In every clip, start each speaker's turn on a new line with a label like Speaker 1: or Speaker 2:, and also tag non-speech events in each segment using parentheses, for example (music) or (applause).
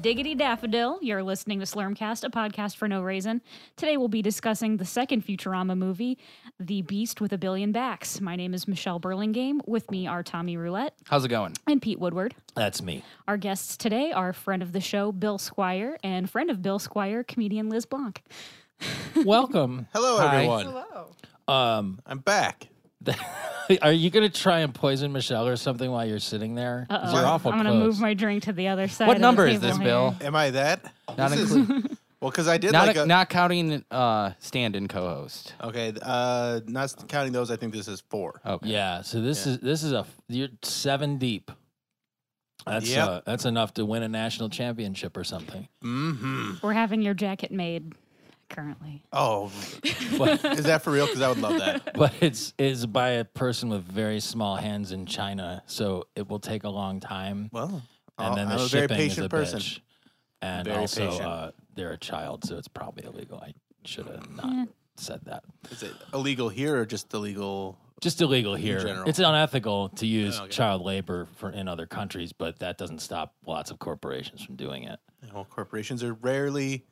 Speaker 1: Diggity Daffodil. You're listening to Slurmcast, a podcast for no reason. Today we'll be discussing the second Futurama movie, The Beast with a Billion Backs. My name is Michelle Burlingame. With me are Tommy Roulette
Speaker 2: How's it going?
Speaker 1: and Pete Woodward.
Speaker 2: That's me.
Speaker 1: Our guests today are friend of the show, Bill Squire, and friend of Bill Squire, comedian Liz Blanc.
Speaker 2: Welcome.
Speaker 3: Hello,
Speaker 2: Hi.
Speaker 3: everyone.
Speaker 2: Um,
Speaker 3: I'm back.
Speaker 2: are you gonna try and poison Michelle or something while you're sitting there? 'Cause You're awful
Speaker 1: I'm
Speaker 2: close.
Speaker 1: to move my drink to the other side.
Speaker 2: what
Speaker 1: of
Speaker 2: number
Speaker 1: the
Speaker 2: is this,
Speaker 1: table
Speaker 2: Bill?
Speaker 1: here.
Speaker 3: Am I that?
Speaker 2: Not
Speaker 3: This is-
Speaker 2: included.
Speaker 3: Well, because I did
Speaker 2: not,
Speaker 3: like a.
Speaker 2: not counting uh, stand-in co-host.
Speaker 3: okay, uh, not counting those, I think this is four.
Speaker 2: Okay. Yeah. So this is this is a f- you're seven deep. That's
Speaker 3: Yep.
Speaker 2: uh, that's enough to win a national championship or something. (laughs)
Speaker 3: Mm-hmm.
Speaker 1: We're having your jacket made currently.
Speaker 3: Oh, (laughs)
Speaker 2: But,
Speaker 3: is that for real? Because I would love that.
Speaker 2: (laughs) but it's is by a person with very small hands in China, so it will take a long time.
Speaker 3: Well,
Speaker 2: and then the
Speaker 3: I'm a very
Speaker 2: shipping
Speaker 3: patient
Speaker 2: is a
Speaker 3: person.
Speaker 2: bitch. And
Speaker 3: Very
Speaker 2: also,
Speaker 3: patient.
Speaker 2: Uh, they're a child, so it's probably illegal. I should have not
Speaker 1: Yeah.
Speaker 2: said that.
Speaker 3: Is it illegal here or just illegal?
Speaker 2: Just illegal here.
Speaker 3: general.
Speaker 2: It's unethical
Speaker 4: Oh,
Speaker 2: to use
Speaker 3: okay.
Speaker 2: child labor for in other countries, but that doesn't stop lots of corporations from doing
Speaker 4: (laughs)
Speaker 2: it.
Speaker 3: Well, corporations are rarely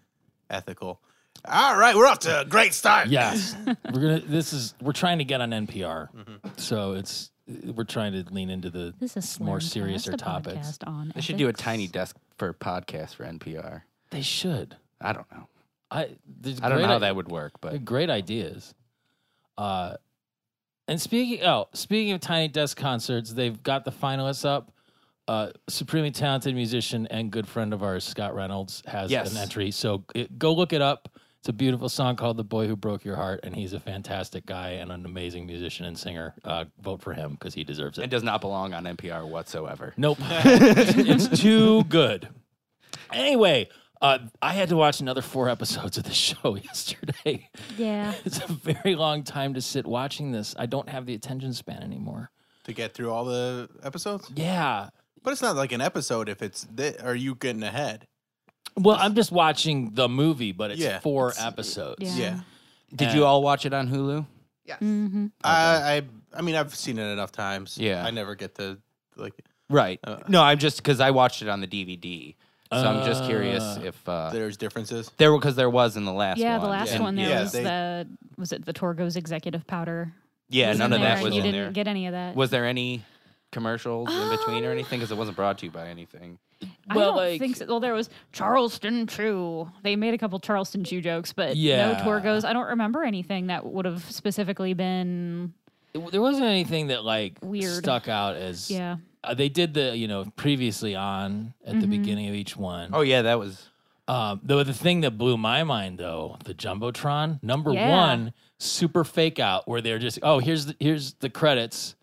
Speaker 3: ethical. All right, we're off to a great start.
Speaker 2: Yes, we're gonna. This is we're trying to get on NPR,
Speaker 4: Mm-hmm.
Speaker 2: so it's we're trying to lean into the
Speaker 1: This is
Speaker 2: more
Speaker 1: Slurmcast,
Speaker 2: serious
Speaker 1: a
Speaker 2: topics.
Speaker 1: podcast On
Speaker 4: They should do a tiny desk for podcast for NPR.
Speaker 2: They should.
Speaker 4: I don't know.
Speaker 2: I. there's
Speaker 4: I don't know
Speaker 2: great
Speaker 4: how
Speaker 2: i-
Speaker 4: that would work, but
Speaker 2: great ideas. Uh, and speaking oh, speaking of Tiny Desk concerts, they've got the finalists up. Uh, supremely talented musician and good friend of ours, Scott Reynolds, has
Speaker 4: Yes.
Speaker 2: an entry. So it, go look it up. It's a beautiful song called "The Boy Who Broke Your Heart," and he's a fantastic guy and an amazing musician and singer. Uh, vote for him because he deserves
Speaker 4: it
Speaker 2: it.
Speaker 4: does not belong on NPR whatsoever.
Speaker 2: Nope. it's too good. Anyway, uh, I had to watch another four episodes of the (laughs) show yesterday. (laughs)
Speaker 1: Yeah.
Speaker 2: It's a very long time to sit watching this. I don't have the attention span anymore.
Speaker 3: To get through all the episodes,
Speaker 2: Yeah.
Speaker 3: but it's not like an episode if it's. Th- are you getting ahead?
Speaker 2: Well, I'm just watching the movie, but it's
Speaker 3: Yeah,
Speaker 2: four
Speaker 3: it's-
Speaker 2: episodes.
Speaker 1: Yeah.
Speaker 3: Yeah.
Speaker 4: Did you all watch it on Hulu?
Speaker 1: Mm-hmm.
Speaker 3: I, I. I mean, I've seen it enough times.
Speaker 4: Yeah.
Speaker 3: I never get to like.
Speaker 4: Right.
Speaker 3: Uh,
Speaker 4: no, I'm just because I watched it on the DVD, so I'm just curious
Speaker 2: Uh,
Speaker 4: if uh,
Speaker 3: There's differences.
Speaker 4: there were because there was in the last.
Speaker 1: Yeah,
Speaker 4: one.
Speaker 1: the last
Speaker 3: and-
Speaker 1: one there
Speaker 3: yeah,
Speaker 1: was
Speaker 3: they-
Speaker 1: the was it the Torgo's executive powder?
Speaker 4: Yeah,
Speaker 1: was
Speaker 4: none
Speaker 1: in
Speaker 4: of
Speaker 1: there
Speaker 4: that
Speaker 1: and
Speaker 4: was
Speaker 1: you
Speaker 4: in
Speaker 1: didn't
Speaker 4: there.
Speaker 1: get any of that.
Speaker 4: Was there any commercials in between or
Speaker 1: Um,
Speaker 4: anything? Because it wasn't brought to you by anything.
Speaker 1: I
Speaker 2: Well,
Speaker 1: don't
Speaker 2: like-
Speaker 1: think so. Well, there was Charleston Chew. They made a couple Charleston Chew jokes, but
Speaker 2: Yeah.
Speaker 1: no Torgos. I don't remember anything that would have specifically been
Speaker 2: It- There wasn't anything that like
Speaker 1: Weird.
Speaker 2: stuck out as
Speaker 1: yeah. Mm-hmm.
Speaker 2: uh, they did the, you know, previously on at the beginning of each one.
Speaker 4: Oh yeah, that was.
Speaker 2: Um, though the thing that blew my mind though, the jumbotron number
Speaker 1: Yeah.
Speaker 2: one, super fake out, where they're just oh here's the, here's the credits,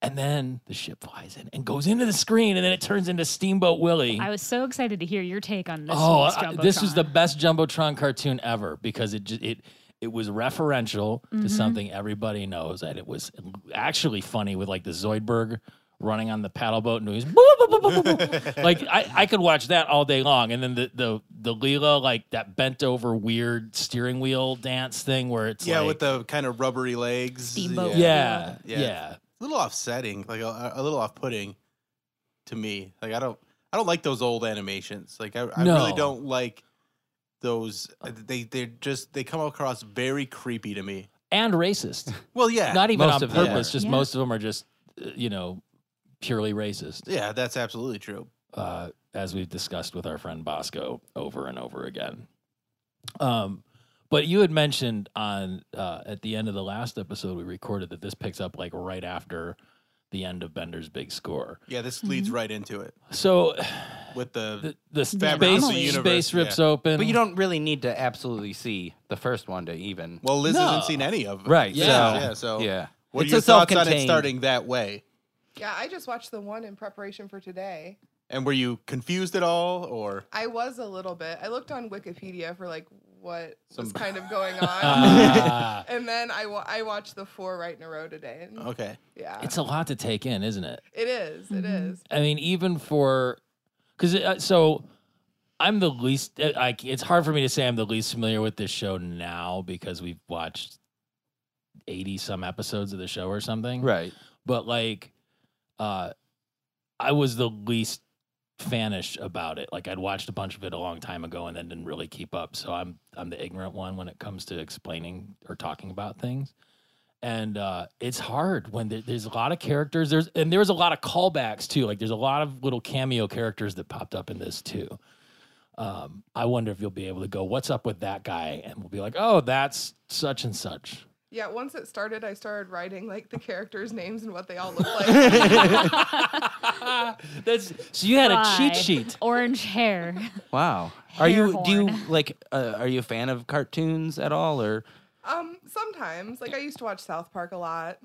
Speaker 2: and then the ship flies in and goes into the screen, and then it turns into Steamboat Willie.
Speaker 1: I was so excited to hear your take on this.
Speaker 2: oh,
Speaker 1: week's
Speaker 2: I- this was
Speaker 1: Jumbotron.
Speaker 2: the best jumbotron cartoon ever because it ju- it it was referential
Speaker 1: Mm-hmm.
Speaker 2: to something everybody knows, and it was actually funny with like the Zoidberg. Running on the paddle boat and he's boop, boop, boop, boop, boop, boop. like I, I could watch that all day long, and then the the the Leela like that bent over weird steering wheel dance thing where it's
Speaker 3: Yeah,
Speaker 2: like,
Speaker 3: with the kind of rubbery legs.
Speaker 1: Steamboat.
Speaker 2: yeah yeah,
Speaker 3: Yeah. a little offsetting, like a, a little off-putting to me. Like I don't, I don't like those old animations. Like I, I really
Speaker 2: No. Uh,
Speaker 3: don't like those. uh, They they just they come across very creepy to me.
Speaker 2: and racist.
Speaker 3: Well, yeah,
Speaker 2: Not even
Speaker 4: Most
Speaker 2: on
Speaker 4: of them
Speaker 2: purpose.
Speaker 4: are.
Speaker 2: Just
Speaker 1: Yeah.
Speaker 2: most of them are just uh, you know purely racist.
Speaker 3: yeah, that's absolutely true.
Speaker 2: uh, as we've discussed with our friend Bosco over and over again. Um, but you had mentioned on uh, at the end of the last episode we recorded that this picks up like right after the end of Bender's big score.
Speaker 3: Yeah, this leads right into it
Speaker 2: So
Speaker 3: with the.
Speaker 2: Mm-hmm. the, the
Speaker 1: Fabric of
Speaker 2: space
Speaker 1: the
Speaker 3: universe,
Speaker 2: space rips
Speaker 3: yeah.
Speaker 2: open,
Speaker 4: But you don't really need to absolutely see the first one to even.
Speaker 3: well, Liz
Speaker 2: No.
Speaker 3: hasn't seen any of them.
Speaker 4: Right,
Speaker 3: Yeah.
Speaker 2: so-
Speaker 3: yeah. So
Speaker 4: yeah,
Speaker 3: What
Speaker 4: It's
Speaker 3: are your
Speaker 4: a
Speaker 3: thoughts on it
Speaker 4: self-contained-
Speaker 3: starting that way?
Speaker 5: Yeah, I just watched the one in preparation for today.
Speaker 3: And were you confused at all, or
Speaker 5: I was a little bit. I looked on Wikipedia for like what
Speaker 3: Some-
Speaker 5: was
Speaker 3: (laughs)
Speaker 5: kind of
Speaker 1: (laughs)
Speaker 5: going on.
Speaker 2: Ah,
Speaker 5: and then I, wa- I watched the four right in a row today. And
Speaker 3: okay?
Speaker 5: (laughs) yeah,
Speaker 2: it's a lot to take in, isn't it?
Speaker 5: it is. It
Speaker 1: Mhm.
Speaker 5: is.
Speaker 2: I mean, even for because uh, so I'm the least. uh, I, it's hard for me to say I'm the least familiar with this show now because we've watched eighty some episodes of the show or something.
Speaker 4: right.
Speaker 2: But like, uh, I was the least fanish about it. Like I'd watched a bunch of it a long time ago and then didn't really keep up. So I'm I'm the ignorant one when it comes to explaining or talking about things. And uh, it's hard when there, there's a lot of characters. There's and there was a lot of callbacks too. Like there's a lot of little cameo characters that popped up in this too. Um, I wonder if you'll be able to go, "What's up with that guy?" And we'll be like, "Oh, that's such and such."
Speaker 5: Yeah, once it started, I started writing like the characters' names and what they all look
Speaker 1: (laughs)
Speaker 5: like.
Speaker 2: That's so you had a cheat
Speaker 1: Bye.
Speaker 4: (laughs)
Speaker 2: sheet.
Speaker 1: (laughs) Orange hair.
Speaker 4: Wow. Are you do you
Speaker 1: Hairhorn.
Speaker 4: like uh, are you a fan of cartoons at all or
Speaker 5: um, sometimes, like I used to watch South Park a lot,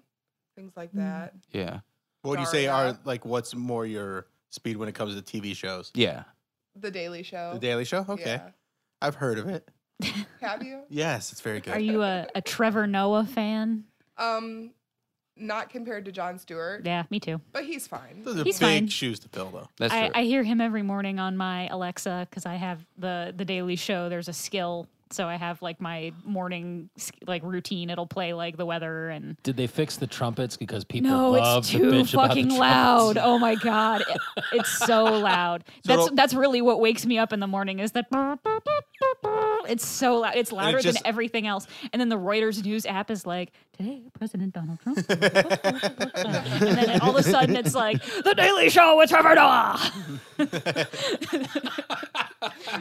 Speaker 5: things like
Speaker 1: Mm.
Speaker 5: that.
Speaker 4: yeah.
Speaker 3: What do you say
Speaker 5: Sorry.
Speaker 3: are
Speaker 1: uh,
Speaker 3: like what's more your speed when it comes to TV shows?
Speaker 4: Yeah.
Speaker 5: The Daily Show.
Speaker 1: Oh,
Speaker 3: The Daily Show? Okay.
Speaker 5: Yeah.
Speaker 3: I've heard of it.
Speaker 5: Have you?
Speaker 3: Yes, it's very good.
Speaker 1: Are you a, a Trevor Noah fan?
Speaker 5: Um, not compared to John Stewart,
Speaker 1: Yeah, me too.
Speaker 5: but he's fine.
Speaker 3: Those are
Speaker 1: He's
Speaker 3: big
Speaker 1: fine.
Speaker 3: shoes to fill though.
Speaker 4: That's
Speaker 1: I,
Speaker 4: true.
Speaker 1: I hear him every morning on my Alexa because I have the the Daily Show. There's a skill, so I have like my morning sk- like routine. It'll play like the weather and
Speaker 2: Did they fix the trumpets because people
Speaker 1: no,
Speaker 2: love
Speaker 1: it's
Speaker 2: the
Speaker 1: too
Speaker 2: bitch about the
Speaker 1: fucking
Speaker 2: trumpets?
Speaker 1: loud. Oh my god, It- it's so loud. that's
Speaker 3: it'll-
Speaker 1: that's really what wakes me up in the (laughs) morning is that it's so loud. It's louder
Speaker 3: just-
Speaker 1: than everything else. And then the Reuters news app is like, today President Donald
Speaker 2: (laughs)
Speaker 1: Trump. (laughs) and then all of a sudden it's like the Daily Show with Trevor Noah.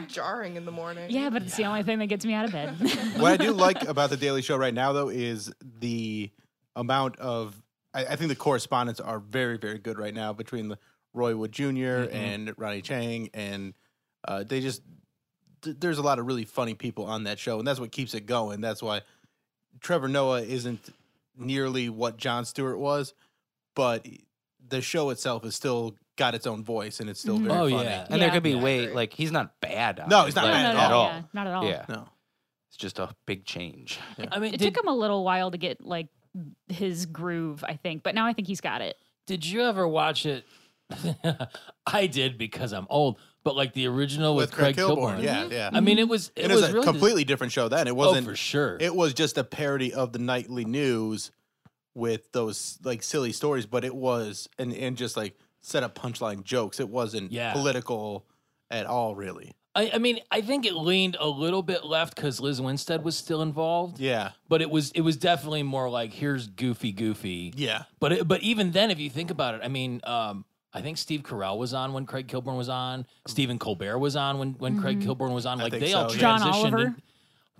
Speaker 5: Jarring in the morning.
Speaker 1: Yeah, but it's the only thing that gets me out of bed.
Speaker 3: (laughs)
Speaker 1: (laughs)
Speaker 3: what I
Speaker 2: (laughs)
Speaker 3: do like about the Daily Show right now, though, is the amount of. I, I think the correspondence are very, very good right now between the Roy Wood junior
Speaker 2: Mm-hmm.
Speaker 3: and Ronnie Chang, and uh, they just th- there's a lot of really funny people on that show, and that's what keeps it going. That's why Trevor Noah isn't nearly what John Stewart was, but the show itself is still got its own voice, and it's still
Speaker 1: Mhm.
Speaker 3: very
Speaker 2: (laughs) Oh,
Speaker 3: funny.
Speaker 2: yeah.
Speaker 4: and there
Speaker 1: Yeah.
Speaker 4: could be
Speaker 5: Yeah, I
Speaker 4: way
Speaker 5: agree.
Speaker 4: like he's not bad. On
Speaker 3: No,
Speaker 4: it,
Speaker 3: he's not
Speaker 4: like,
Speaker 3: bad at
Speaker 4: at
Speaker 3: all.
Speaker 4: all.
Speaker 1: Yeah, not at all.
Speaker 4: Yeah.
Speaker 3: No,
Speaker 4: It's just a big change.
Speaker 2: I mean,
Speaker 1: It
Speaker 2: did,
Speaker 1: took him a little while to get like his groove, I think, but now I think he's got it.
Speaker 2: did you ever watch it? (laughs) I did because I'm old, but like the original with, Craig, Kilborn.
Speaker 3: yeah, yeah.
Speaker 2: I mean, it was it,
Speaker 3: It
Speaker 2: was
Speaker 3: was a
Speaker 2: really
Speaker 3: completely different show then. It
Speaker 2: Oh,
Speaker 3: wasn't
Speaker 2: for sure.
Speaker 3: It was just a parody of the nightly news with those like silly stories, but it was and and just like set up punchline jokes. It wasn't
Speaker 2: Yeah.
Speaker 3: political at all, really.
Speaker 2: I, I mean, I think it leaned a little bit left because Liz Winstead was still involved,
Speaker 3: Yeah,
Speaker 2: but it was it was definitely more like here's goofy, goofy.
Speaker 3: yeah.
Speaker 2: But it, but even then, if you think about it, I mean, um, I think Steve Carell was on when Craig Kilborn was on. Stephen Colbert was on when when Craig Kilborn was on. Like
Speaker 3: think
Speaker 2: they all
Speaker 3: so,
Speaker 2: transitioned.
Speaker 3: yeah.
Speaker 1: Mm-hmm. John
Speaker 2: in-
Speaker 1: Oliver.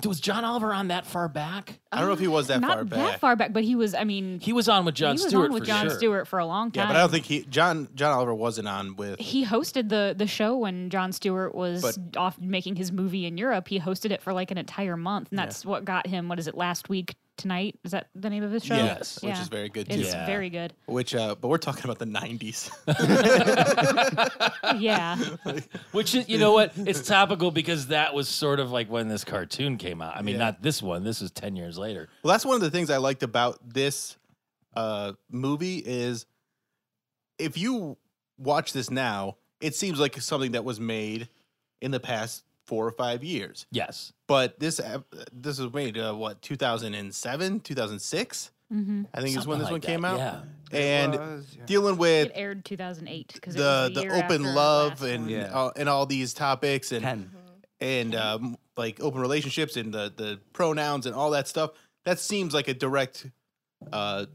Speaker 2: was John Oliver on that far back?
Speaker 3: I don't know if he was that
Speaker 1: Ah, Not
Speaker 3: far
Speaker 1: that
Speaker 3: back.
Speaker 1: far back, but he was. I mean,
Speaker 2: He was on with John
Speaker 1: he was
Speaker 2: Stewart
Speaker 1: on with
Speaker 2: for
Speaker 1: John
Speaker 2: sure.
Speaker 1: Stewart for a long time.
Speaker 3: yeah, but I don't think he John John Oliver wasn't on with.
Speaker 1: he hosted the the show when John Stewart was
Speaker 3: But-
Speaker 1: off making his movie in Europe. He hosted it for like an entire month, and that's what got him. What is it? Last week tonight is that the name of his show?
Speaker 3: Yes, which
Speaker 1: Yeah.
Speaker 3: is very good too.
Speaker 1: It's
Speaker 2: Yeah.
Speaker 1: very good.
Speaker 3: Which, uh, but we're talking about the '90s. (laughs)
Speaker 1: Yeah,
Speaker 2: Which is, you know what? It's topical because that was sort of like when this cartoon came out. I mean,
Speaker 3: Yeah.
Speaker 2: not this one. This is ten years later.
Speaker 3: (laughs) Well, that's one of the things I liked about this uh, movie is if you watch this now, it seems like something that was made in the past four or five years.
Speaker 2: Yes.
Speaker 3: But this ep- this was made uh, what 2007, 2006.
Speaker 1: hmm
Speaker 3: I think is when
Speaker 2: Something
Speaker 3: this
Speaker 2: like
Speaker 3: one
Speaker 2: that,
Speaker 3: came out.
Speaker 2: yeah.
Speaker 3: And
Speaker 4: was, yeah.
Speaker 3: dealing
Speaker 1: it
Speaker 3: with
Speaker 1: aired 2008 because
Speaker 3: the the open love and
Speaker 1: and
Speaker 4: Yeah.
Speaker 3: all- and all these topics and
Speaker 4: Ten.
Speaker 3: and um, like open relationships and the the pronouns and all that stuff. That seems like a direct, uh,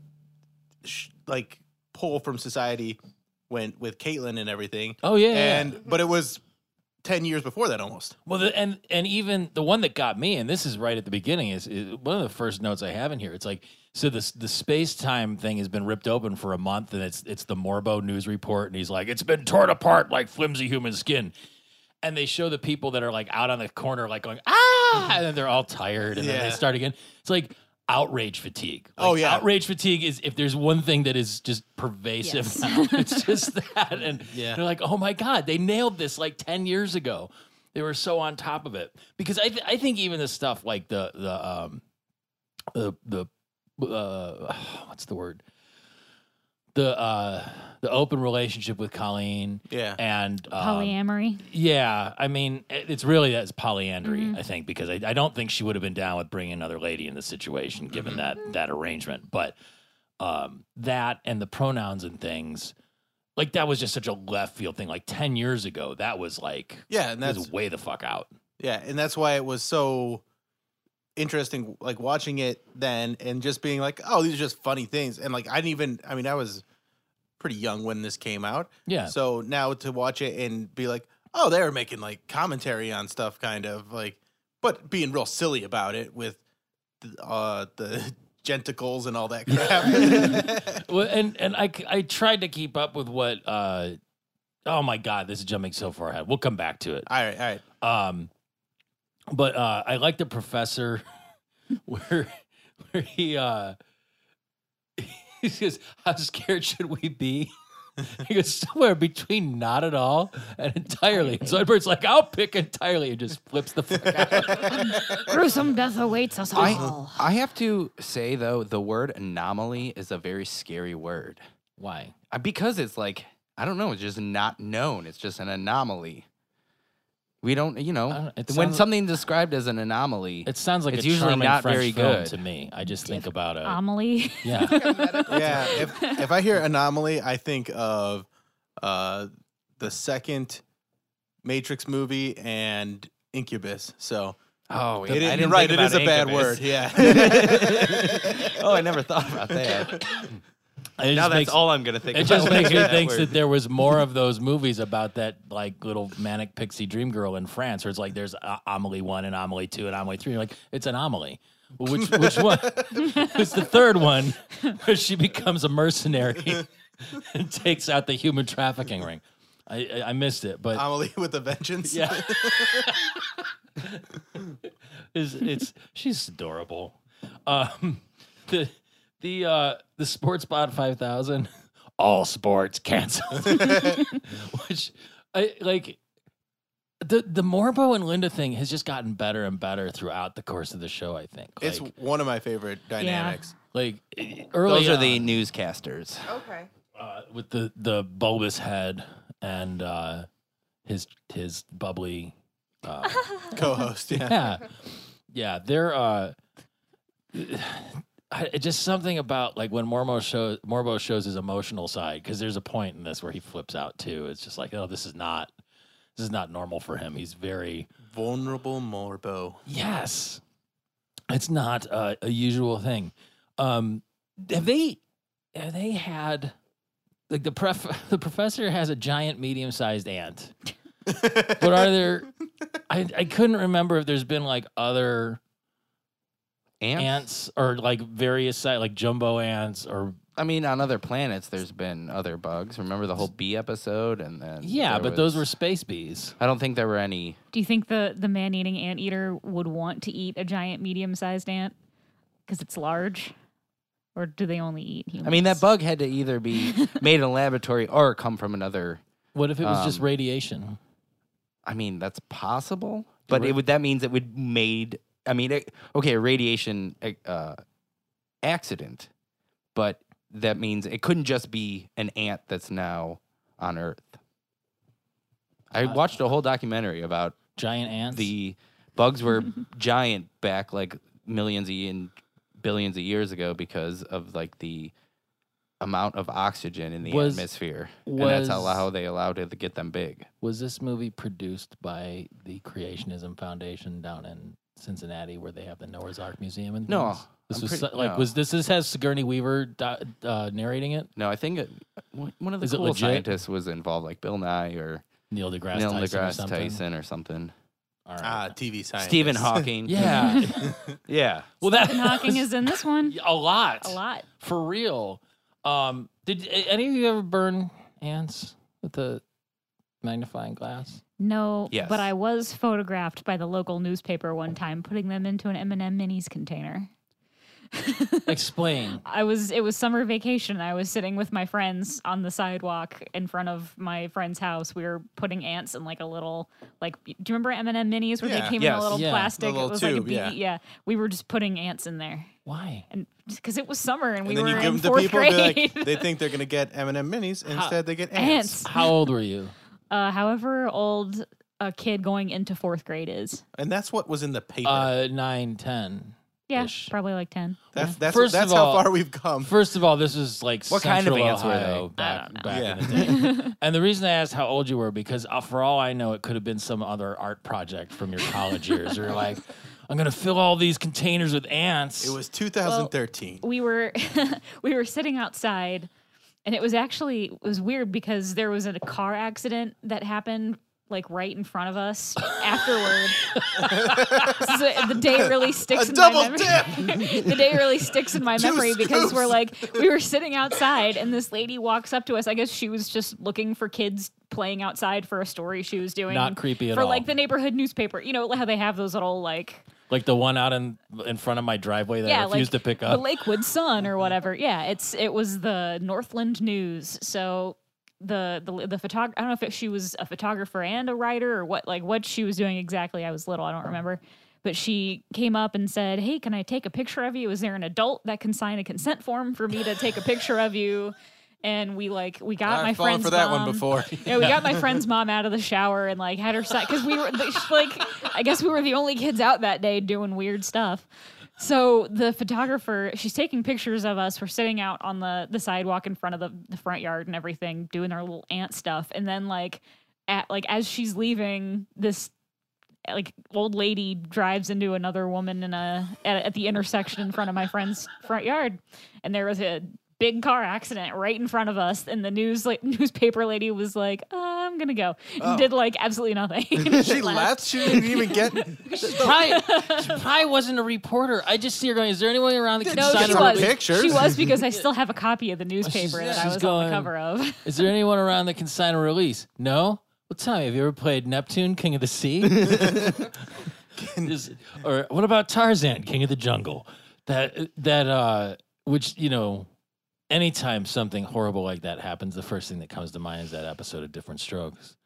Speaker 3: sh- like pull from society when with Caitlyn and everything.
Speaker 2: Oh yeah.
Speaker 3: And but it was ten years before that almost.
Speaker 2: Well, the, and and even the one that got me, and this is right at the beginning, is, is one of the first notes I have in here. It's like so the the space time thing has been ripped open for a month, and it's it's the Morbo news report, and he's like, it's been torn apart like flimsy human skin, and they show the people that are like out on the corner, like going ah, and then they're all tired, and then
Speaker 3: Yeah.
Speaker 2: they start again. It's like outrage fatigue.
Speaker 3: Oh,
Speaker 2: Like,
Speaker 3: yeah.
Speaker 2: outrage fatigue is if there's one thing that is just pervasive,
Speaker 1: Yes.
Speaker 2: now, it's just that, and
Speaker 3: Yeah.
Speaker 2: they're like, oh my God, they nailed this like 10 years ago. They were so on top of it. Because I, th- I think even the stuff like the, the, um, the, the, uh, (sighs) what's the word? The, uh, the open relationship with Colleen
Speaker 3: Yeah.
Speaker 2: and, um,
Speaker 1: polyamory.
Speaker 2: yeah, I mean, it- it's really that's polyandry, I think, because I, I don't think she would have been down with bringing another lady in the situation, given that that arrangement. But um, that and the pronouns and things, Like that was just such a left field thing. Like ten years ago, that was like
Speaker 3: Yeah, and
Speaker 2: that
Speaker 3: that's
Speaker 2: was way the fuck out.
Speaker 3: Yeah, and that's why it was so interesting, like watching it then and just being like, oh, these are just funny things. And like, I didn't even, I mean, I was pretty young when this came out.
Speaker 2: Yeah.
Speaker 3: So now to watch it and be like, oh, they were making like commentary on stuff, kind of like, but being real silly about it with the, uh, the (laughs) genticles and all that crap.
Speaker 2: Well, and and I c- I tried to keep up with what. uh Oh my god, this is jumping so far ahead. We'll come back to it.
Speaker 3: all right, all right.
Speaker 2: Um, but uh, I like the professor (laughs) where where he uh (laughs) he says, "How scared should we be?" (laughs) He goes somewhere between not at all and entirely. And Zoidberg's like, "I'll pick entirely," and just flips the fuck out.
Speaker 4: (laughs)
Speaker 1: Gruesome death awaits us all.
Speaker 4: I have to say though, the word anomaly is a very scary word
Speaker 2: Why?
Speaker 4: Uh, because it's like I don't know, it's just not known. It's just an anomaly. We don't, you know,
Speaker 2: I don't- it
Speaker 4: when
Speaker 2: sounds-
Speaker 4: something described as an anomaly,
Speaker 2: It sounds like
Speaker 4: It's
Speaker 2: a
Speaker 4: usually
Speaker 2: charming
Speaker 4: not
Speaker 2: French
Speaker 4: very
Speaker 2: film
Speaker 4: good. Um,
Speaker 2: to me. I just think about
Speaker 4: Uh,
Speaker 2: it.
Speaker 1: Amelie. (laughs)
Speaker 4: (laughs)
Speaker 2: yeah,
Speaker 5: Like a medical
Speaker 3: yeah. If if I hear anomaly, I think of uh the second Matrix movie and Incubus. So
Speaker 4: oh,
Speaker 3: it
Speaker 4: I
Speaker 3: is,
Speaker 4: didn't
Speaker 3: you're right. It
Speaker 4: think
Speaker 3: is a
Speaker 4: about
Speaker 3: bad
Speaker 4: incubus. (laughs)
Speaker 3: word. Yeah.
Speaker 4: oh, I never
Speaker 3: (laughs)
Speaker 4: thought about that.
Speaker 2: It
Speaker 4: now
Speaker 2: just
Speaker 4: that's
Speaker 2: makes-
Speaker 4: all I'm gonna think.
Speaker 2: It
Speaker 4: about
Speaker 2: just
Speaker 4: when I
Speaker 2: makes
Speaker 4: hear
Speaker 2: me think
Speaker 4: word.
Speaker 2: that there was more of those movies about that like little manic pixie dream girl in France, where it's like there's uh, Amelie one and Amelie two and Amelie three. You're like, it's an Amelie. Well, which which
Speaker 4: (laughs)
Speaker 2: one? it's the third one where she becomes a mercenary (laughs) and takes out the human trafficking ring. I I, I missed it, but
Speaker 3: Anomaly (laughs) with a vengeance.
Speaker 4: (laughs)
Speaker 2: yeah, it's, it's she's adorable. Um, the the uh, the Sportsbot five thousand, all sports
Speaker 4: (laughs)
Speaker 2: canceled. Which I like. The the Morbo and Linda thing has just gotten better and better throughout the course of the show. I think
Speaker 3: It's
Speaker 2: like,
Speaker 3: one of my favorite dynamics.
Speaker 2: like e- early
Speaker 4: Those are the
Speaker 2: on,
Speaker 4: newscasters.
Speaker 5: Okay.
Speaker 2: uh, with the the bulbous head and uh, his his bubbly. Uh,
Speaker 3: Co-host.
Speaker 1: (laughs)
Speaker 3: Yeah.
Speaker 2: yeah yeah they're uh (sighs) I- it just something about like when Mormo shows Morbo shows his emotional side because there's a point in this where he flips out too. It's just like oh this is not this is not normal for him. He's very
Speaker 3: Vulnerable Morbo.
Speaker 2: yes, it's not uh, a usual thing. Um, have they have they had like the pref (laughs) the professor has a giant medium sized ant but are there I, I couldn't remember if there's been like other
Speaker 4: Ants?
Speaker 2: ants or like various si- like jumbo ants or
Speaker 4: I mean, on other planets, there's been other bugs. Remember the whole bee episode, and then
Speaker 2: yeah
Speaker 4: there
Speaker 2: but those were
Speaker 4: was-
Speaker 2: space bees
Speaker 4: I don't think there were any.
Speaker 1: Do you think the, the man eating anteater would want to eat a giant medium sized ant because it's large? Or do they only eat humans?
Speaker 4: I mean, that bug had to
Speaker 2: (laughs)
Speaker 4: either be made in a laboratory or come from another.
Speaker 2: what if it was just
Speaker 4: Um,
Speaker 2: radiation
Speaker 4: I mean, that's possible, but it would. That means it would made. I mean, it, okay, a radiation uh, accident, but that means it couldn't just be an ant that's now on Earth. I watched a whole documentary about
Speaker 2: giant ants
Speaker 4: the bugs were
Speaker 2: (laughs)
Speaker 4: giant back like millions of and billions of years ago because of like the amount of oxygen in the
Speaker 2: Was-
Speaker 4: atmosphere and that's how,
Speaker 2: was-
Speaker 4: how they allowed it to get them big
Speaker 2: was this movie produced by the creationism foundation down in cincinnati where they have the noah's ark museum and
Speaker 4: No,
Speaker 2: things? this
Speaker 4: I'm
Speaker 2: was
Speaker 4: pretty-
Speaker 2: so- like
Speaker 4: no.
Speaker 2: was this this has sigourney weaver di- uh, narrating it
Speaker 4: no i think it, one one of the
Speaker 2: Is it
Speaker 4: cool
Speaker 2: legit?
Speaker 4: scientists was involved like bill nye or
Speaker 2: neil degrasse
Speaker 4: neil
Speaker 2: tyson or
Speaker 4: degrasse
Speaker 2: something
Speaker 4: tyson or something
Speaker 2: All right.
Speaker 3: Ah, TV science.
Speaker 4: stephen
Speaker 2: (laughs)
Speaker 4: hawking
Speaker 2: yeah
Speaker 4: (laughs) yeah
Speaker 2: well that
Speaker 1: Stephen Hawking is in this
Speaker 4: (laughs)
Speaker 1: one
Speaker 2: a lot
Speaker 1: a lot.
Speaker 2: For real. Um, did a- any of you ever burn ants with the magnifying
Speaker 1: (laughs)
Speaker 2: glass?
Speaker 1: No,
Speaker 4: Yes.
Speaker 1: but I was photographed by the local newspaper one time putting them into an M&M minis container.
Speaker 2: Explain.
Speaker 1: I was it was summer vacation. I was sitting with my friends on the sidewalk in front of my friend's house. We were putting ants in like a little like do you remember M and m minis where they
Speaker 3: Yeah.
Speaker 1: came in
Speaker 4: Yes.
Speaker 1: a little
Speaker 2: Yeah.
Speaker 1: plastic?
Speaker 3: The little
Speaker 1: it was like a
Speaker 3: tube,
Speaker 1: bead.
Speaker 3: yeah.
Speaker 1: Yeah. we were just putting ants in there,
Speaker 2: Why?
Speaker 1: and because it was summer and,
Speaker 3: and
Speaker 1: we
Speaker 3: then
Speaker 1: were
Speaker 3: you
Speaker 1: in
Speaker 3: give them to
Speaker 1: fourth
Speaker 3: people. they're
Speaker 1: grade.
Speaker 3: Like,
Speaker 1: (laughs)
Speaker 3: they think they're gonna get M&M minis. Instead, they get
Speaker 1: ants.
Speaker 3: ants.
Speaker 2: How old were
Speaker 4: (laughs)
Speaker 2: you?
Speaker 1: Uh, however old a kid going into fourth grade is.
Speaker 3: And that's what was in the paper.
Speaker 2: Uh, nine, ten.
Speaker 1: Yeah,
Speaker 2: Ish.
Speaker 1: probably like 10.
Speaker 3: That's that's
Speaker 2: First
Speaker 3: that's
Speaker 2: of
Speaker 3: how
Speaker 2: all-
Speaker 3: far we've come.
Speaker 2: First of all, this is like
Speaker 4: What kind of
Speaker 2: central
Speaker 4: ants were they?
Speaker 2: Ohio back,
Speaker 1: I don't know.
Speaker 2: back
Speaker 3: Yeah.
Speaker 2: in the day.
Speaker 1: (laughs)
Speaker 2: And the reason I asked how old you were because uh, for all I know, it could have been some other art project from your college years. You're like, I'm gonna fill all these containers with ants.
Speaker 3: It was 2013.
Speaker 1: we were (laughs) we were sitting outside and it was actually it was weird because there was a car accident that happened like right in front of us
Speaker 3: (laughs)
Speaker 1: afterward. so the day really sticks
Speaker 3: A
Speaker 1: in
Speaker 3: double
Speaker 1: my memory. (laughs) the day really sticks in my
Speaker 3: Two
Speaker 1: memory because we're
Speaker 3: scoops.
Speaker 1: like we were sitting outside and this lady walks up to us. I guess she was just looking for kids playing outside for a story she was doing.
Speaker 2: Not creepy at
Speaker 1: for
Speaker 2: all.
Speaker 1: like the neighborhood newspaper. You know how they have those little like
Speaker 2: like the one out in in front of my driveway that I refused to pick
Speaker 1: the
Speaker 2: up.
Speaker 1: Lakewood Sun
Speaker 2: (laughs)
Speaker 1: or whatever. Yeah, it's it was the Northland News. So the the the photog- I don't know if it, she was a photographer and a writer or what like what she was doing exactly. I was little, I don't remember. But she came up and said, "Hey, can I take a picture of you? Is there an adult that can sign a consent form for me to take a picture of you?" And we like we got my
Speaker 3: I've fallen
Speaker 1: friend's
Speaker 3: for that
Speaker 1: mom.
Speaker 3: one before.
Speaker 1: Yeah, we
Speaker 3: (laughs)
Speaker 1: got my friend's mom out of the shower and like had her sign because we were like, (laughs) I guess we were the only kids out that day doing weird stuff. So the photographer, she's taking pictures of us. We're sitting out on the the sidewalk in front of the, the front yard and everything, doing our little ant stuff. And then like, at like as she's leaving, this like old lady drives into another woman in a at, at the intersection in front of my friend's front yard and there was a big car accident right in front of us and the news like (laughs) newspaper lady was like "Oh, i'm gonna go and did like absolutely nothing
Speaker 3: she left. She didn't even (laughs) get.
Speaker 1: (laughs)
Speaker 2: Probably, she probably wasn't a reporter. I just see her going. Is there anyone around
Speaker 5: (laughs)
Speaker 2: that can
Speaker 1: no
Speaker 2: sign
Speaker 1: she
Speaker 3: Sign
Speaker 2: a
Speaker 3: her
Speaker 1: was
Speaker 3: pictures.
Speaker 1: she was because i still have a copy of the newspaper
Speaker 2: She's-
Speaker 1: that i
Speaker 2: she's
Speaker 1: was on
Speaker 2: going-
Speaker 1: the cover of
Speaker 2: Is there anyone around that can sign a release? No? Well, tell me, have you ever played Neptune, King of the Sea? Is- or what about Tarzan, King of the Jungle? That, that, uh, which, you know, anytime something horrible like that happens, the first thing that comes to mind is that episode of Different Strokes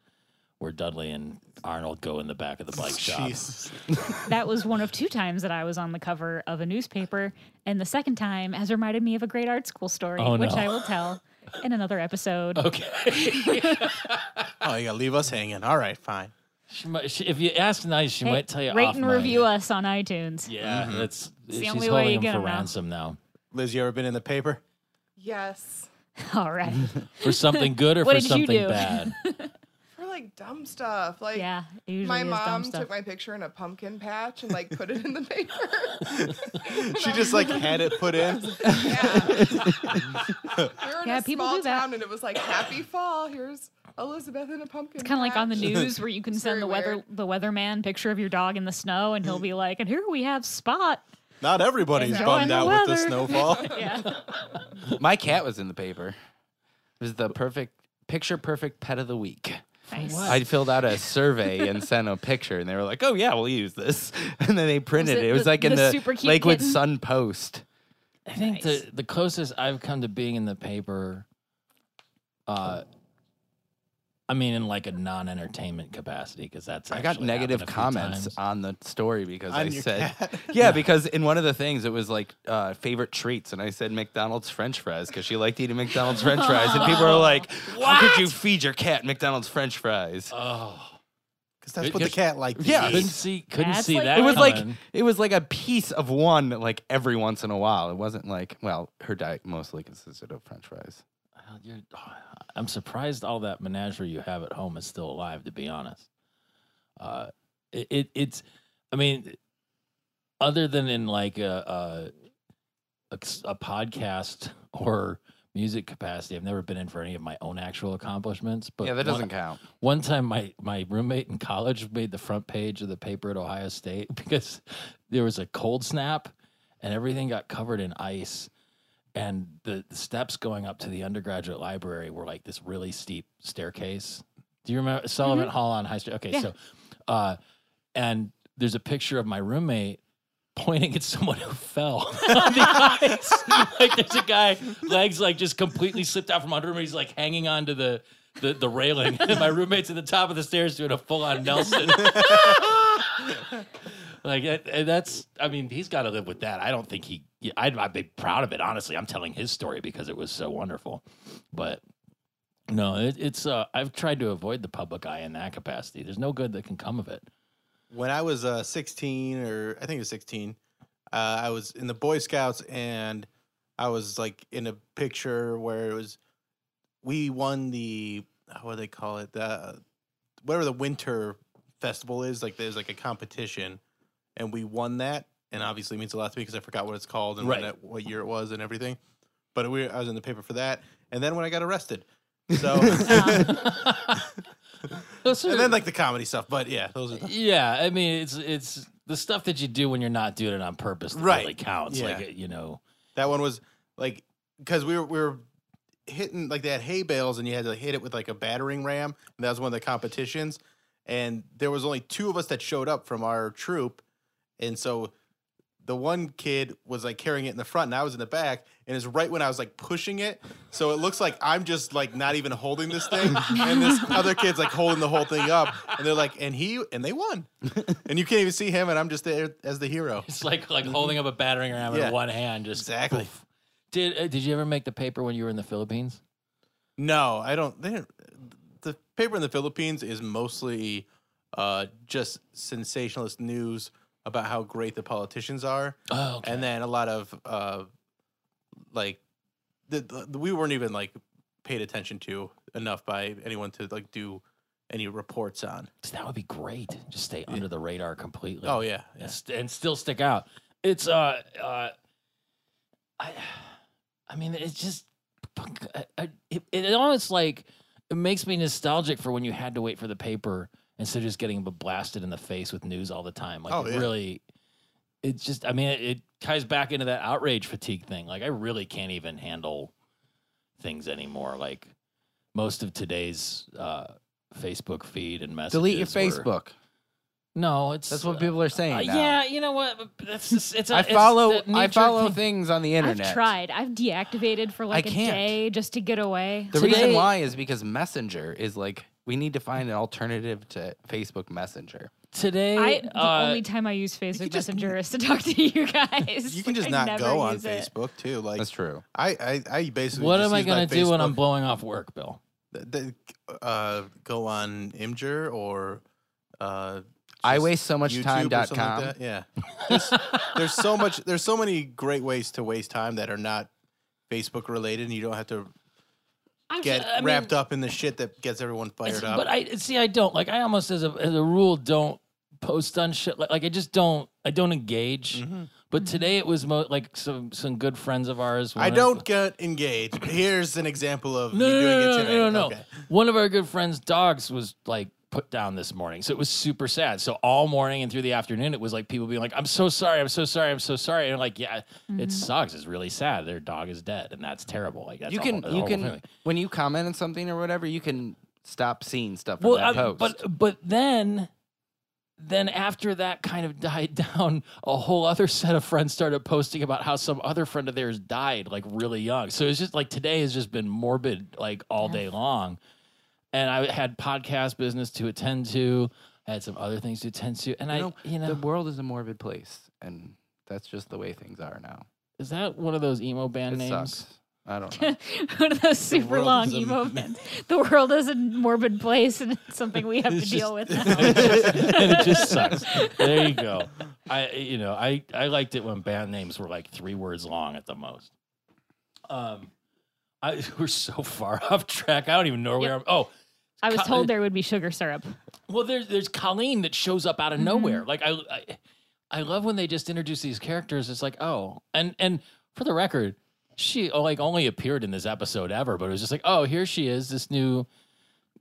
Speaker 2: where Dudley and Arnold go in the back of the bike shop.
Speaker 3: Jesus.
Speaker 1: (laughs) that was one of two times that I was on the cover of a newspaper, and the second time has reminded me of a great art school story,
Speaker 2: Oh,
Speaker 1: which
Speaker 2: no.
Speaker 1: I will (laughs) tell in another episode.
Speaker 2: Okay. (laughs)
Speaker 3: Oh, you gotta leave us hanging. All right, fine.
Speaker 2: she might, she, if you ask nice, she
Speaker 1: Hey,
Speaker 2: might tell you
Speaker 1: rate
Speaker 2: off
Speaker 1: and
Speaker 2: mic.
Speaker 1: review us on iTunes.
Speaker 2: Yeah,
Speaker 4: Mm-hmm.
Speaker 2: that's
Speaker 1: the
Speaker 2: she's
Speaker 1: only way you
Speaker 2: holding
Speaker 1: get
Speaker 2: him for
Speaker 1: 'em now.
Speaker 2: ransom now.
Speaker 3: Liz, you ever been in the paper?
Speaker 5: Yes.
Speaker 1: (laughs) All (laughs) right. (laughs)
Speaker 2: for something good or
Speaker 1: What
Speaker 2: for
Speaker 1: did you
Speaker 2: something
Speaker 1: do? (laughs)
Speaker 2: bad.
Speaker 5: For like dumb stuff. Like
Speaker 1: Yeah. it usually
Speaker 5: my
Speaker 1: is dumb
Speaker 5: mom
Speaker 1: stuff.
Speaker 5: took my picture in a pumpkin patch and like put it in the paper. (laughs)
Speaker 3: She just like had it put (laughs) in.
Speaker 5: yeah. we were in
Speaker 1: Yeah,
Speaker 5: a
Speaker 1: people
Speaker 5: small
Speaker 1: do that.
Speaker 5: town and it was like happy fall. Here's Elizabeth in a pumpkin.
Speaker 1: kind of like on the
Speaker 5: patch."
Speaker 1: news where you can send
Speaker 5: very
Speaker 1: the weather
Speaker 5: weird. Mm.
Speaker 1: the weatherman picture of your dog in the snow and he'll be like, and here we have Spot.
Speaker 3: Not everybody's
Speaker 1: Enjoying
Speaker 3: bummed
Speaker 1: the
Speaker 3: out with the (laughs)
Speaker 1: weather.
Speaker 3: snowfall.
Speaker 1: Yeah.
Speaker 4: My cat was in the paper. It was the perfect picture perfect pet of the week.
Speaker 1: nice.
Speaker 4: I filled out a
Speaker 2: (laughs)
Speaker 4: survey and sent a picture, and they were like, "Oh yeah, we'll use this." (laughs) And then they printed
Speaker 1: it
Speaker 4: it. It was
Speaker 1: the-
Speaker 4: like in
Speaker 1: the
Speaker 4: the,
Speaker 1: super cute
Speaker 4: Lakewood
Speaker 1: kitten?
Speaker 4: Sun Post.
Speaker 2: I think
Speaker 1: Nice.
Speaker 2: the, the closest I've come to being in the paper, uh, I mean, in like a non-entertainment capacity, because that's
Speaker 4: I got
Speaker 2: actually
Speaker 4: negative
Speaker 2: happened a few
Speaker 4: comments
Speaker 2: times.
Speaker 4: on the story because I
Speaker 3: On your
Speaker 4: said,
Speaker 3: cat?
Speaker 4: (laughs) "Yeah," because in one of the things it was like uh, favorite treats, and I said McDonald's French fries because she liked eating McDonald's French fries,
Speaker 2: (laughs)
Speaker 4: and people were like, "How could you feed your cat McDonald's French fries?"
Speaker 2: Oh,
Speaker 3: Because that's what the cat liked. to
Speaker 4: Yeah.
Speaker 3: eat.
Speaker 2: couldn't see, couldn't
Speaker 1: That's
Speaker 2: see
Speaker 1: like-
Speaker 2: that.
Speaker 4: it was like
Speaker 2: coming.
Speaker 4: it was like a piece of one like every once in a while. It wasn't like well, her diet mostly consisted of French fries.
Speaker 2: Oh, you're- (sighs) oh, I'm surprised all that menagerie you have at home is still alive. To be honest, uh, it, it it's, I mean, other than in like a, a a podcast (laughs) or music capacity, I've never been in for any of my own actual accomplishments. But
Speaker 4: yeah, that doesn't
Speaker 2: One,
Speaker 4: count.
Speaker 2: one time, my my roommate in college made the front page of the paper at Ohio State (laughs) because there was a cold snap, and everything got covered in ice and the, the steps going up to the undergraduate library were like this really steep staircase. Do you remember Sullivan Hall on High Street? Okay,
Speaker 1: Yeah.
Speaker 2: so, uh, and there's a picture of my roommate pointing at someone who fell (laughs) on the ice. like there's a guy, legs like just completely slipped out from under him. and He's like hanging onto the the, the railing. (laughs) and my roommate's at the top of the stairs doing a full on Nelson. (laughs) Like that- and that's, I mean, he's got to live with that. I don't think he. yeah, I'd, I'd be proud of it, honestly. I'm telling his story because it was so wonderful, but no, it, it's. Uh, I've tried to avoid the public eye in that capacity. There's no good that can come of it.
Speaker 3: when I was uh, 16 or I think it was 16, Uh, I was in the Boy Scouts and I was like in a picture where it was we won the uh, what do they call it the whatever the winter festival is like there's like a competition and we won that and obviously it means a lot to me because I forgot what it's called and when
Speaker 2: Right.
Speaker 3: it- what year it was and everything. But we I was in the paper for that and then when I got arrested. So (laughs)
Speaker 2: (laughs) Those are-
Speaker 3: and then like the comedy stuff, but yeah, those are the,
Speaker 2: yeah, I mean, it's it's the stuff that you do when you're not doing it on purpose that
Speaker 3: Right.
Speaker 2: really counts.
Speaker 3: Yeah.
Speaker 2: Like you know,
Speaker 3: that one was like because we were we were hitting like they had hay bales and you had to hit it with like a battering ram and that was one of the competitions and there was only two of us that showed up from our troop and so the one kid was like carrying it in the front and I was in the back and it's right when I was like pushing it so it looks like I'm just like not even holding this thing and this other kid's like holding the whole thing up and they're like and he and they won and you can't even see him and I'm just there as the hero
Speaker 2: it's like like holding up a battering ram
Speaker 3: Yeah.
Speaker 2: in one hand. Just
Speaker 3: Exactly.
Speaker 2: poof. Did uh, did you ever make the paper when you were in the Philippines?
Speaker 3: No, I don't. They don't the paper in the Philippines is mostly uh, just sensationalist news about how great the politicians are,
Speaker 2: Oh,
Speaker 3: and then a lot of uh, like the, the- we weren't even like paid attention to enough by anyone to like do any reports on.
Speaker 2: that would be great. Just stay under the radar completely.
Speaker 3: Oh yeah, yeah.
Speaker 2: and, st- and still stick out. It's uh, uh I, I mean, it's just, I, I, it, it almost like it makes me nostalgic for when you had to wait for the paper instead of just getting blasted in the face with news all the time. Like,
Speaker 3: Oh,
Speaker 2: it
Speaker 3: yeah.
Speaker 2: really, it's just, I mean, it, it ties back into that outrage fatigue thing. Like, I really can't even handle things anymore. Like, most of today's uh, Facebook feed and messages.
Speaker 4: Delete your
Speaker 2: were-
Speaker 4: Facebook.
Speaker 2: no, it's
Speaker 4: That's what people are saying.
Speaker 2: uh,
Speaker 4: now.
Speaker 2: yeah, you know what? but That's just, it's. a-
Speaker 4: I
Speaker 2: it's
Speaker 4: follow.
Speaker 2: that
Speaker 4: I
Speaker 2: knee-jerk
Speaker 4: follow
Speaker 2: thing.
Speaker 4: things on the internet.
Speaker 1: I've tried. I've deactivated for like a
Speaker 4: can't.
Speaker 1: day just to get away.
Speaker 4: The
Speaker 2: Today-
Speaker 4: reason why is because Messenger is like we need to find an alternative to Facebook Messenger.
Speaker 2: today.
Speaker 1: I the
Speaker 2: uh,
Speaker 1: only time I use Facebook
Speaker 3: could just-
Speaker 1: Messenger (laughs) is to talk to you guys.
Speaker 3: You can just
Speaker 1: I
Speaker 3: not
Speaker 1: never
Speaker 3: go on
Speaker 1: use it.
Speaker 3: Facebook too. Like
Speaker 4: That's true.
Speaker 3: I, I, I basically.
Speaker 2: what
Speaker 3: just
Speaker 2: am I
Speaker 3: use my
Speaker 2: gonna do when I'm
Speaker 3: Facebook-
Speaker 2: blowing off work, Bill?
Speaker 3: th- th- uh, go on Imgur or uh,
Speaker 4: I
Speaker 3: just
Speaker 4: waste so much
Speaker 3: YouTube or
Speaker 4: time dot
Speaker 3: something
Speaker 4: com.
Speaker 3: Like that. yeah, there's, there's so much. There's so many great ways to waste time that are not Facebook related, and you don't have to
Speaker 1: (laughs)
Speaker 2: I'm
Speaker 3: get
Speaker 2: I mean,
Speaker 3: wrapped up in the shit that gets everyone
Speaker 2: it's-
Speaker 3: fired up.
Speaker 2: But I see. I don't like. I almost as a as a rule don't post on shit. Like, like I just don't. I don't engage. But today it was mo- like some some good friends of ours.
Speaker 3: I
Speaker 2: wanted-
Speaker 3: don't get engaged. Here's an example of
Speaker 2: No,
Speaker 3: me
Speaker 2: no,
Speaker 3: doing
Speaker 2: no,
Speaker 3: it
Speaker 2: no,
Speaker 3: today.
Speaker 2: no, no, no.
Speaker 3: Okay.
Speaker 2: One of our good friends' dogs was like put down this morning, so it was super sad. So all morning and through the afternoon, it was like people being like, "I'm so sorry, I'm so sorry, I'm so sorry," and like, yeah, it sucks. It's really sad. Their dog is dead, and that's terrible. Like that's
Speaker 4: you
Speaker 2: a
Speaker 4: can
Speaker 2: whole- a
Speaker 4: you
Speaker 2: whole
Speaker 4: can
Speaker 2: feeling.
Speaker 4: when you comment on something or whatever, you can stop seeing stuff from
Speaker 2: Well,
Speaker 4: that
Speaker 2: I-
Speaker 4: post.
Speaker 2: but but then. Then after that kind of (laughs) died down, a whole other set of friends started posting about how some other friend of theirs died, like really young. So it's just like today has just been morbid, like all day long. and I had podcast business to attend to. I had some other things to attend to, and I,
Speaker 4: know,
Speaker 2: you know,
Speaker 4: the world is a morbid place, and that's just the way things are now.
Speaker 2: is that one of those emo band
Speaker 4: it
Speaker 2: names?
Speaker 4: sucks. I (laughs) don't know.
Speaker 1: One of those super
Speaker 3: world
Speaker 1: long
Speaker 3: is a-
Speaker 1: emo events. The world is a morbid place, and it's something we have to
Speaker 3: It's
Speaker 1: deal with. (laughs)
Speaker 3: just- (laughs)
Speaker 1: Now.
Speaker 2: (laughs) and it (laughs) just sucks. There you go. I, you know, I, I liked it when band names were like three words long at the most. Um, I (laughs) we're so far off track. I don't even know where. I'm, oh,
Speaker 1: I was
Speaker 2: Cut-
Speaker 1: told there would be sugar syrup.
Speaker 2: Well, there's there's Colleen that shows up out of nowhere. Like I, I, I love when they just introduce these characters. It's like oh, and and for the record, she oh, like only appeared in this episode ever, but it was just like oh, here she is, this new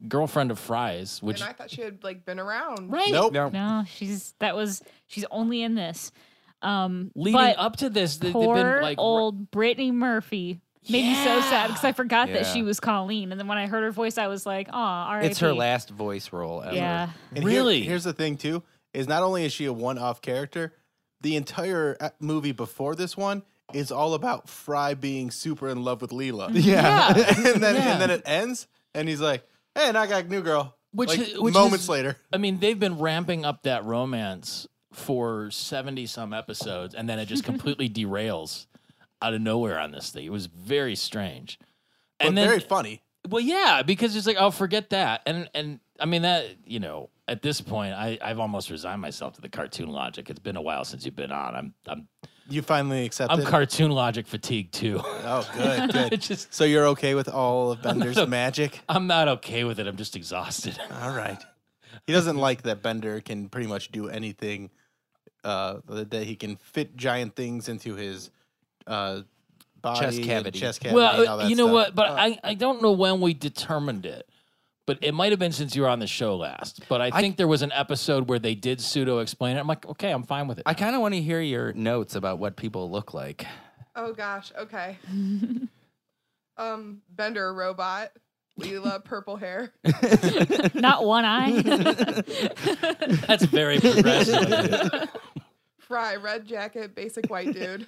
Speaker 2: girlfriend of Fry's, which
Speaker 5: and I thought she had like been around.
Speaker 2: right
Speaker 3: Nope.
Speaker 4: No.
Speaker 1: No, she's that was she's only in this. Um,
Speaker 2: leading
Speaker 1: but
Speaker 2: up to this, they,
Speaker 1: poor
Speaker 2: have been like
Speaker 1: old Brittany Murphy made me so sad because I forgot that
Speaker 4: Yeah.
Speaker 1: she was Colleen, and then when I heard her voice, I was like, "Oh, all right."
Speaker 4: It's her last voice role ever.
Speaker 1: Yeah,
Speaker 3: And here-
Speaker 2: Really?
Speaker 3: here's the thing too: is not only is she a one-off character, the entire uh, movie before this one is all about Fry being super in love with Leela.
Speaker 4: Yeah.
Speaker 3: (laughs) and then
Speaker 2: Yeah.
Speaker 3: and then it ends, and he's like, "Hey, and I got a new girl."
Speaker 2: Which
Speaker 3: Like,
Speaker 2: is- which
Speaker 3: moments
Speaker 2: is-
Speaker 3: later,
Speaker 2: I mean, they've been ramping up that romance for 70 some episodes, and then
Speaker 3: (laughs)
Speaker 2: it just completely derails out of nowhere on this thing. It was very strange.
Speaker 3: but very funny.
Speaker 2: Well, yeah, because it's like, oh, forget that, and and I mean that you know, at this point, I I've almost resigned myself to the cartoon logic. It's been a while since you've been on. I'm I'm
Speaker 3: you finally accepted.
Speaker 2: I'm cartoon logic fatigue too.
Speaker 3: oh,
Speaker 2: (laughs)
Speaker 3: good,
Speaker 2: It
Speaker 3: good.
Speaker 2: just-
Speaker 3: so you're okay with all of Bender's
Speaker 2: No.
Speaker 3: magic?
Speaker 2: I'm not okay with it. I'm just exhausted.
Speaker 3: All right. He doesn't like that Bender can pretty much do anything. Uh, that he can fit giant things into his uh, body, and
Speaker 4: cavity.
Speaker 3: chest cavity. and all
Speaker 2: Well, uh,
Speaker 3: that
Speaker 2: you know
Speaker 3: stuff.
Speaker 2: what? But I, I don't know when we determined it. But it might have been since you were on the show last. But I think there was an episode where they did pseudo explain it. I'm like, okay, I'm fine with it.
Speaker 4: I kind of want to hear your notes about what people look like.
Speaker 5: Oh gosh. Okay.
Speaker 1: (laughs)
Speaker 5: um, Bender robot. Leela
Speaker 3: (laughs)
Speaker 5: purple hair.
Speaker 1: Not one eye.
Speaker 2: (laughs)
Speaker 1: (laughs)
Speaker 2: That's very progressive.
Speaker 5: Fry red jacket. Basic white dude.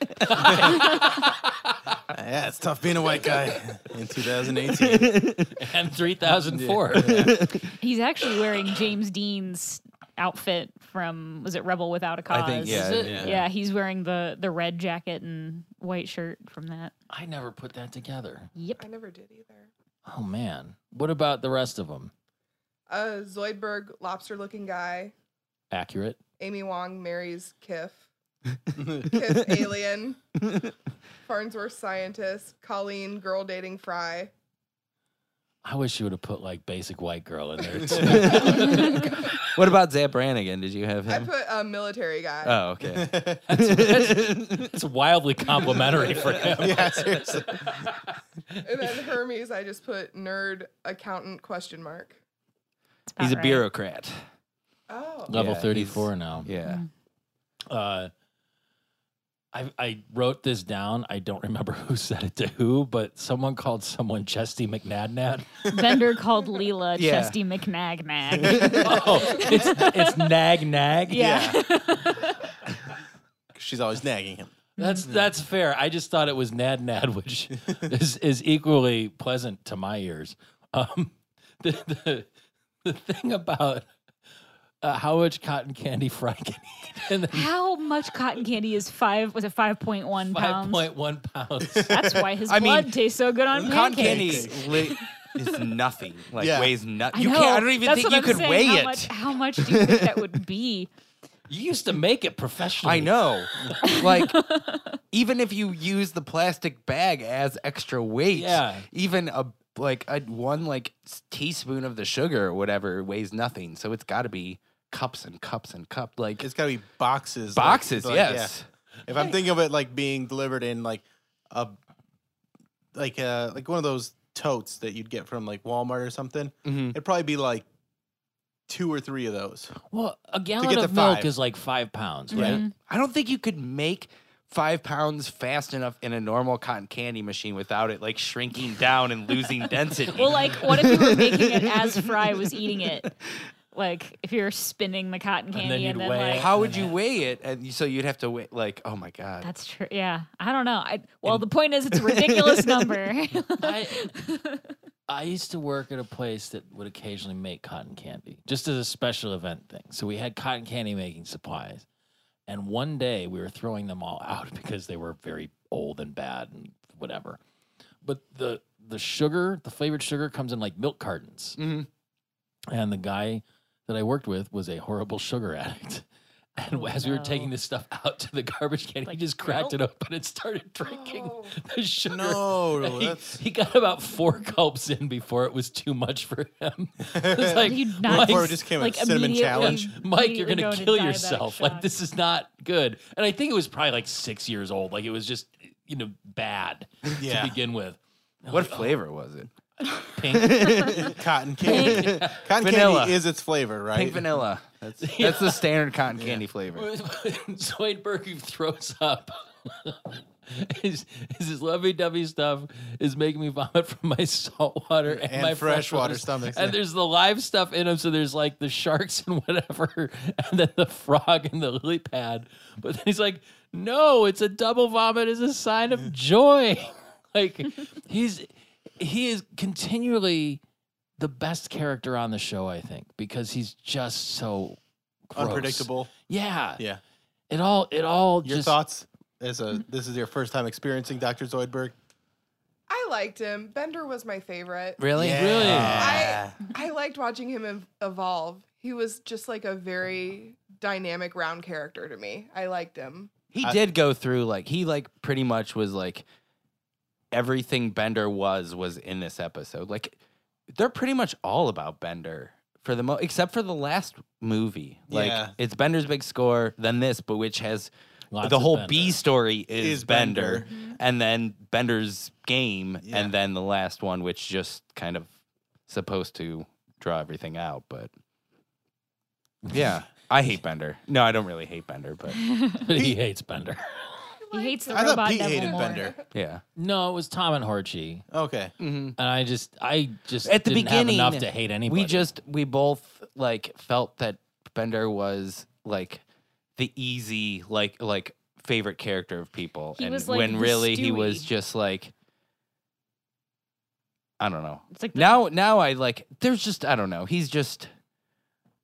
Speaker 3: Yeah, it's tough being a white
Speaker 2: (laughs)
Speaker 3: guy in 2018.
Speaker 2: and 3004.
Speaker 1: He's actually wearing James Dean's outfit from was it Rebel Without a Cause?
Speaker 4: I think, yeah, yeah.
Speaker 1: Yeah, he's wearing the the red jacket and white shirt from that.
Speaker 2: (laughs) I never put that together.
Speaker 1: Yep.
Speaker 5: I never did either.
Speaker 2: Oh man. What about the rest of them?
Speaker 5: A Zoidberg lobster looking guy.
Speaker 2: Accurate.
Speaker 5: Amy Wong marries Kiff. Kiff alien. Farnsworth scientist. Colleen girl dating Fry.
Speaker 2: I wish you would have put like basic white girl in there
Speaker 4: (laughs)
Speaker 2: too. (laughs)
Speaker 4: What about Zap Brannigan? Did you have
Speaker 5: I
Speaker 4: him?
Speaker 5: put a military guy.
Speaker 4: oh, okay.
Speaker 2: it's wildly complimentary for him.
Speaker 3: (laughs) yeah, seriously.
Speaker 5: And then Hermes, I just put nerd accountant question mark.
Speaker 1: That's about
Speaker 4: He's a
Speaker 1: right.
Speaker 4: bureaucrat.
Speaker 5: Oh.
Speaker 2: Level
Speaker 4: Yeah, he's-
Speaker 2: 34 now.
Speaker 4: Yeah.
Speaker 1: Mm-hmm.
Speaker 2: uh, I I wrote this down. I don't remember (laughs) who said it to who, but someone called someone Chesty McNadnad.
Speaker 1: (laughs) Bender called Leela
Speaker 4: Yeah.
Speaker 1: Chesty McNag Mag.
Speaker 4: (laughs)
Speaker 2: oh, (laughs) it's it's Nag Nag.
Speaker 1: Yeah.
Speaker 3: She's always nagging him.
Speaker 2: That's that's fair. I just thought it was Nad Nad, which is is equally pleasant to my ears. Um, (laughs) the the, the thing about uh, how much cotton candy Fry can eat (laughs) and then
Speaker 1: How much cotton candy is five? Was it five point one
Speaker 2: five
Speaker 1: pounds?
Speaker 2: point one pounds.
Speaker 1: That's why his
Speaker 4: (laughs) I
Speaker 1: blood
Speaker 4: mean,
Speaker 1: tastes so good on
Speaker 4: Cotton
Speaker 1: pancakes.
Speaker 4: candy is li- is nothing. Like
Speaker 3: Yeah.
Speaker 4: weighs nothing.
Speaker 1: I
Speaker 4: You
Speaker 1: know.
Speaker 4: can't. I don't even
Speaker 1: That's
Speaker 4: think
Speaker 1: what
Speaker 4: you
Speaker 1: I'm
Speaker 4: could
Speaker 1: saying.
Speaker 4: weigh
Speaker 1: how
Speaker 4: it.
Speaker 1: Much, how much do you think that would be?
Speaker 2: You used to make it professionally.
Speaker 4: I know.
Speaker 1: (laughs)
Speaker 4: like, even if you use the plastic bag as extra weight,
Speaker 2: Yeah.
Speaker 4: even a like a one like s- teaspoon of the sugar or whatever weighs nothing. So it's got to be cups and cups and cup like
Speaker 3: It's got to be boxes. like-
Speaker 4: boxes.
Speaker 3: like, yeah.
Speaker 4: yes.
Speaker 3: If I'm thinking of it like being delivered in like a like uh like one of those totes that you'd get from like Walmart or something,
Speaker 1: Mm-hmm.
Speaker 4: Mhm.
Speaker 3: it'd probably be like two or three of those.
Speaker 2: Well, a gallon
Speaker 3: get
Speaker 2: of
Speaker 3: to
Speaker 2: milk
Speaker 3: five.
Speaker 2: is like five pounds, right?
Speaker 1: Mm-hmm.
Speaker 4: Right? I don't think you could make five pounds fast enough in a normal cotton candy machine without it like shrinking down
Speaker 1: (laughs)
Speaker 4: and losing density.
Speaker 1: Well, like, what if you were making
Speaker 3: (laughs)
Speaker 1: it as Fry was eating it? Like, if you're spinning the cotton
Speaker 2: then
Speaker 1: candy
Speaker 2: you'd
Speaker 1: and then,
Speaker 2: weigh
Speaker 1: like,
Speaker 2: it.
Speaker 4: how would you weigh it? And you- so you'd have to weigh like, oh my god,
Speaker 1: that's true. Yeah, I don't know. I, well, the point is, it's a
Speaker 2: (laughs)
Speaker 1: ridiculous number.
Speaker 2: I, I used to work at a place that would occasionally make cotton candy, just as a special event thing. So we had cotton candy making supplies, and one day we were throwing them all (laughs) out because they were very old and bad and whatever. But the the sugar, the flavored sugar, comes in like milk cartons,
Speaker 4: Mhm.
Speaker 2: and the guy that I worked with was a horrible sugar addict. (laughs) And
Speaker 1: Oh,
Speaker 2: as we were
Speaker 1: no.
Speaker 2: taking this stuff out to the garbage can,
Speaker 1: Like
Speaker 2: he just cracked
Speaker 1: milk?
Speaker 2: it open and started drinking
Speaker 5: Oh.
Speaker 2: the
Speaker 3: (laughs)
Speaker 2: sugar.
Speaker 3: No,
Speaker 2: (laughs) He,
Speaker 3: that's
Speaker 2: he got about four gulps in before it was too much for him. (laughs) It's like,
Speaker 1: You
Speaker 2: Mike,
Speaker 1: not-
Speaker 3: Before it just came
Speaker 1: like,
Speaker 3: a cinnamon
Speaker 1: immediately-
Speaker 3: challenge.
Speaker 2: Mike,
Speaker 1: immediately
Speaker 2: you're gonna
Speaker 1: go into
Speaker 2: kill
Speaker 1: diabetic
Speaker 2: yourself. Like
Speaker 1: shock.
Speaker 2: this is not good. And I think it was probably like six years old. Like it was just you know bad
Speaker 3: Yeah.
Speaker 2: to begin with.
Speaker 1: Oh,
Speaker 4: what flavor was it?
Speaker 2: Pink.
Speaker 3: (laughs) Cotton candy. (laughs) Cotton
Speaker 4: Vanilla.
Speaker 3: candy is its flavor, right?
Speaker 1: (laughs)
Speaker 4: Pink vanilla. That's that's the standard cotton candy flavor.
Speaker 2: (laughs) Zoidberg who throws up. (laughs) His, his lovey-dovey stuff is making me vomit from my salt water and,
Speaker 3: And
Speaker 2: my
Speaker 3: freshwater stomachs,
Speaker 2: And
Speaker 3: yeah.
Speaker 2: there's the live stuff in them, so there's like the sharks and (laughs) whatever, and then the frog and the lily pad. But then he's like, "No, it's a double vomit is a sign of joy." (laughs) like he's he is continually the best character on the show, I think, because he's just so gross.
Speaker 3: Unpredictable.
Speaker 2: Yeah,
Speaker 3: Yeah.
Speaker 2: it all it all
Speaker 3: Your
Speaker 2: just
Speaker 3: thoughts as a this is your first time experiencing Dr. Zoidberg?
Speaker 5: I liked him. Bender was my favorite.
Speaker 4: Really?
Speaker 2: Really?
Speaker 5: I I liked watching him ev- evolve. He was just like a very dynamic round character to me. I liked him.
Speaker 4: He did go through like he like pretty much was like everything Bender was was in this episode. Like they're pretty much all about Bender for the most, except for the last movie. Like
Speaker 3: Yeah.
Speaker 4: it's Bender's big score, then this, but which has
Speaker 2: Lots
Speaker 4: the
Speaker 2: of
Speaker 4: whole
Speaker 2: Bender. (laughs)
Speaker 4: B story is,
Speaker 3: Is
Speaker 4: Bender,
Speaker 3: Bender.
Speaker 4: and then Bender's game,
Speaker 3: Yeah.
Speaker 4: and then the last one, which just kind of supposed to draw everything out,
Speaker 2: (laughs)
Speaker 4: but yeah. I hate Bender. No, I don't really hate Bender, but
Speaker 2: he hates Bender.
Speaker 1: He hates the
Speaker 3: I thought
Speaker 1: robot
Speaker 3: Pete
Speaker 1: devil
Speaker 3: hated
Speaker 1: more.
Speaker 3: Bender.
Speaker 4: yeah.
Speaker 2: No, it was Tom and Horchy,
Speaker 3: Okay.
Speaker 2: and I just, I just
Speaker 4: At the
Speaker 2: didn't
Speaker 4: beginning,
Speaker 2: have enough to hate anybody.
Speaker 4: We just we both like felt that Bender was like the easy like like favorite character of people,
Speaker 1: He
Speaker 4: and
Speaker 1: was, like,
Speaker 4: when
Speaker 1: the
Speaker 4: really he was
Speaker 1: Stewie.
Speaker 4: just like I don't know.
Speaker 1: It's like the,
Speaker 4: Now now I like there's just I don't know. He's just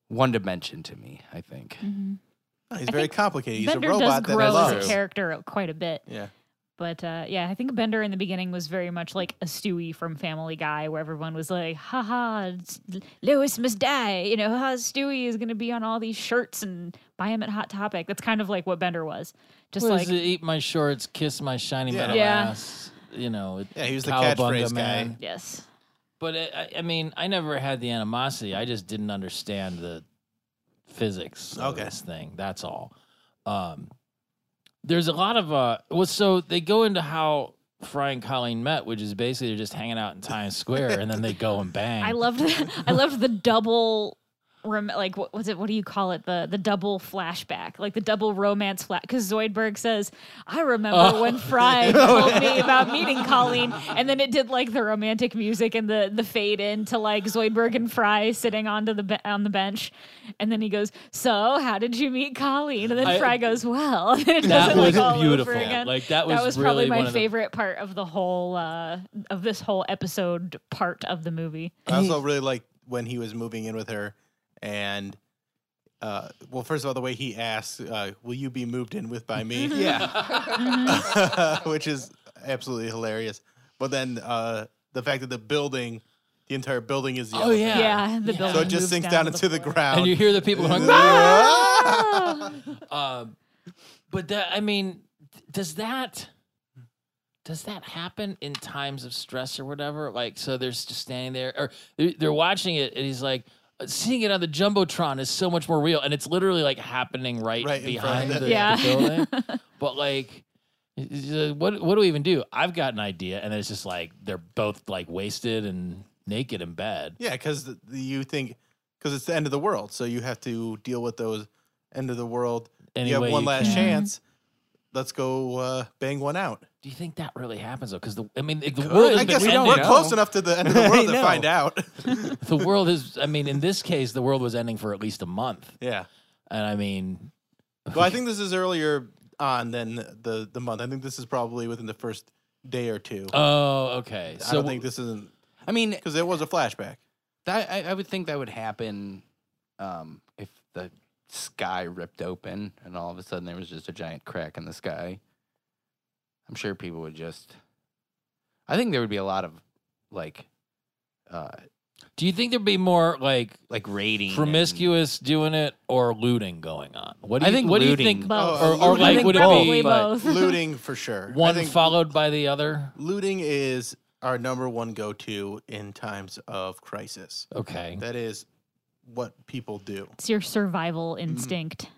Speaker 4: one dimension to me. I think.
Speaker 1: Mhm.
Speaker 3: Oh, he's
Speaker 1: I
Speaker 3: very
Speaker 1: think
Speaker 3: complicated. He's
Speaker 1: Bender
Speaker 3: a
Speaker 1: does
Speaker 3: robot that I
Speaker 1: grow
Speaker 3: love.
Speaker 1: as a character quite a bit.
Speaker 3: Yeah.
Speaker 1: But uh, yeah, I think Bender in the beginning was very much like a Stewie from Family Guy, where everyone was like, "Ha ha, it's- Lewis must die." You know, ha, Stewie is going to be on all these shirts and buy him at Hot Topic. That's kind of like what Bender was, just
Speaker 2: What is
Speaker 1: like
Speaker 2: it? eat my shorts, kiss my shiny
Speaker 3: uh, Yeah.
Speaker 2: metal
Speaker 1: Yeah.
Speaker 2: ass. You know, it-
Speaker 3: Yeah, he was the
Speaker 2: Cowabunga
Speaker 3: catchphrase
Speaker 2: man.
Speaker 3: guy.
Speaker 1: yes,
Speaker 2: But it, I, I mean, I never had the animosity. I just didn't understand the physics of
Speaker 3: Okay.
Speaker 2: this thing. That's all. Um, there's a lot of uh. Well, so they go into how Fry and Colleen met, which is basically they're just hanging out in Times Square, and then they go and bang.
Speaker 1: (laughs) I loved the, (laughs) I loved the double. Rem- like what was it? What do you call it? The the double flashback, like the double romance flash. Because Zoidberg says, "I remember
Speaker 2: Oh.
Speaker 1: when
Speaker 2: (laughs)
Speaker 1: Fry told me about meeting Colleen," and then it did like the romantic music and the the fade into like Zoidberg and Fry sitting onto the be- on the bench, and then he goes, "So how did you meet Colleen?" And then
Speaker 2: I-
Speaker 1: Fry goes, "Well," (laughs) and it does
Speaker 2: that
Speaker 1: it, like,
Speaker 2: was
Speaker 1: all over
Speaker 2: beautiful.
Speaker 1: again.
Speaker 2: Like that was,
Speaker 1: that was
Speaker 2: really
Speaker 1: probably
Speaker 2: one
Speaker 1: my
Speaker 2: of the-
Speaker 1: favorite part of the whole uh, of this whole episode part of the movie.
Speaker 3: I also really liked when he was moving in with her, and uh, well, first of all, the way he asks, uh, "Will you be moved in with by me?" yeah, (laughs) which is absolutely hilarious. But then uh, the fact that the building, the entire building is yellow,
Speaker 2: Oh yeah.
Speaker 1: Yeah, the building.
Speaker 3: so it just
Speaker 1: moves
Speaker 3: sinks
Speaker 1: down,
Speaker 3: down,
Speaker 1: to
Speaker 3: into the,
Speaker 1: floor.
Speaker 3: ground.
Speaker 2: And you hear the people
Speaker 1: (laughs)
Speaker 2: going. Um, but that I mean, th- does that does that happen in times of stress or whatever? Like, so they're just standing there, or they're, they're watching it, and he's like, uh, seeing it on the jumbotron is so much more real, and it's literally like happening right,
Speaker 3: Right in front
Speaker 2: behind
Speaker 3: of
Speaker 2: the,
Speaker 1: it. Yeah.
Speaker 2: the building. but like. y- y- What what do we even do? I've got an idea, and then it's just like they're both like wasted and naked in bed.
Speaker 3: Yeah, because you think because it's the end of the world, so you have to deal with those end of the world.
Speaker 2: Any
Speaker 3: you have
Speaker 2: way
Speaker 3: one
Speaker 2: you
Speaker 3: last
Speaker 2: can.
Speaker 3: chance. Let's go uh, bang one out.
Speaker 2: Do you think that really happens though? Because the I mean, the world has
Speaker 3: I
Speaker 2: been
Speaker 3: guess we
Speaker 2: ending.
Speaker 3: are
Speaker 4: know.
Speaker 3: close enough to the end of the world to
Speaker 4: know.
Speaker 3: find out.
Speaker 2: the world is i mean in this case the world was ending for at least a month
Speaker 3: yeah.
Speaker 2: and i mean
Speaker 3: Well, I think this is earlier on than the the month. I think this is probably within the first day or two.
Speaker 2: oh okay
Speaker 3: I
Speaker 2: so
Speaker 3: don't think this isn't
Speaker 4: I mean,
Speaker 3: because it was a
Speaker 2: (laughs)
Speaker 3: flashback.
Speaker 4: that I, I would think that would happen um, if the sky ripped open and all of a sudden there was just a giant crack in the sky. I'm sure people would just. I think there would be a lot of like, uh,
Speaker 2: do you think there'd be more like
Speaker 4: like raiding and-
Speaker 2: promiscuous doing it or looting going on what do
Speaker 4: I
Speaker 2: you,
Speaker 4: think
Speaker 2: what do you
Speaker 4: looting.
Speaker 1: (laughs)
Speaker 2: think
Speaker 1: Both.
Speaker 3: Or- or
Speaker 1: I
Speaker 3: like,
Speaker 1: think
Speaker 2: would it
Speaker 1: probably
Speaker 2: be-
Speaker 1: both?
Speaker 3: Looting for sure. I
Speaker 2: one
Speaker 3: think
Speaker 2: followed by the other
Speaker 3: looting is our number one go to in times of crisis.
Speaker 2: okay
Speaker 3: That is what people do.
Speaker 1: it's your survival
Speaker 3: Mm-hmm.
Speaker 1: instinct.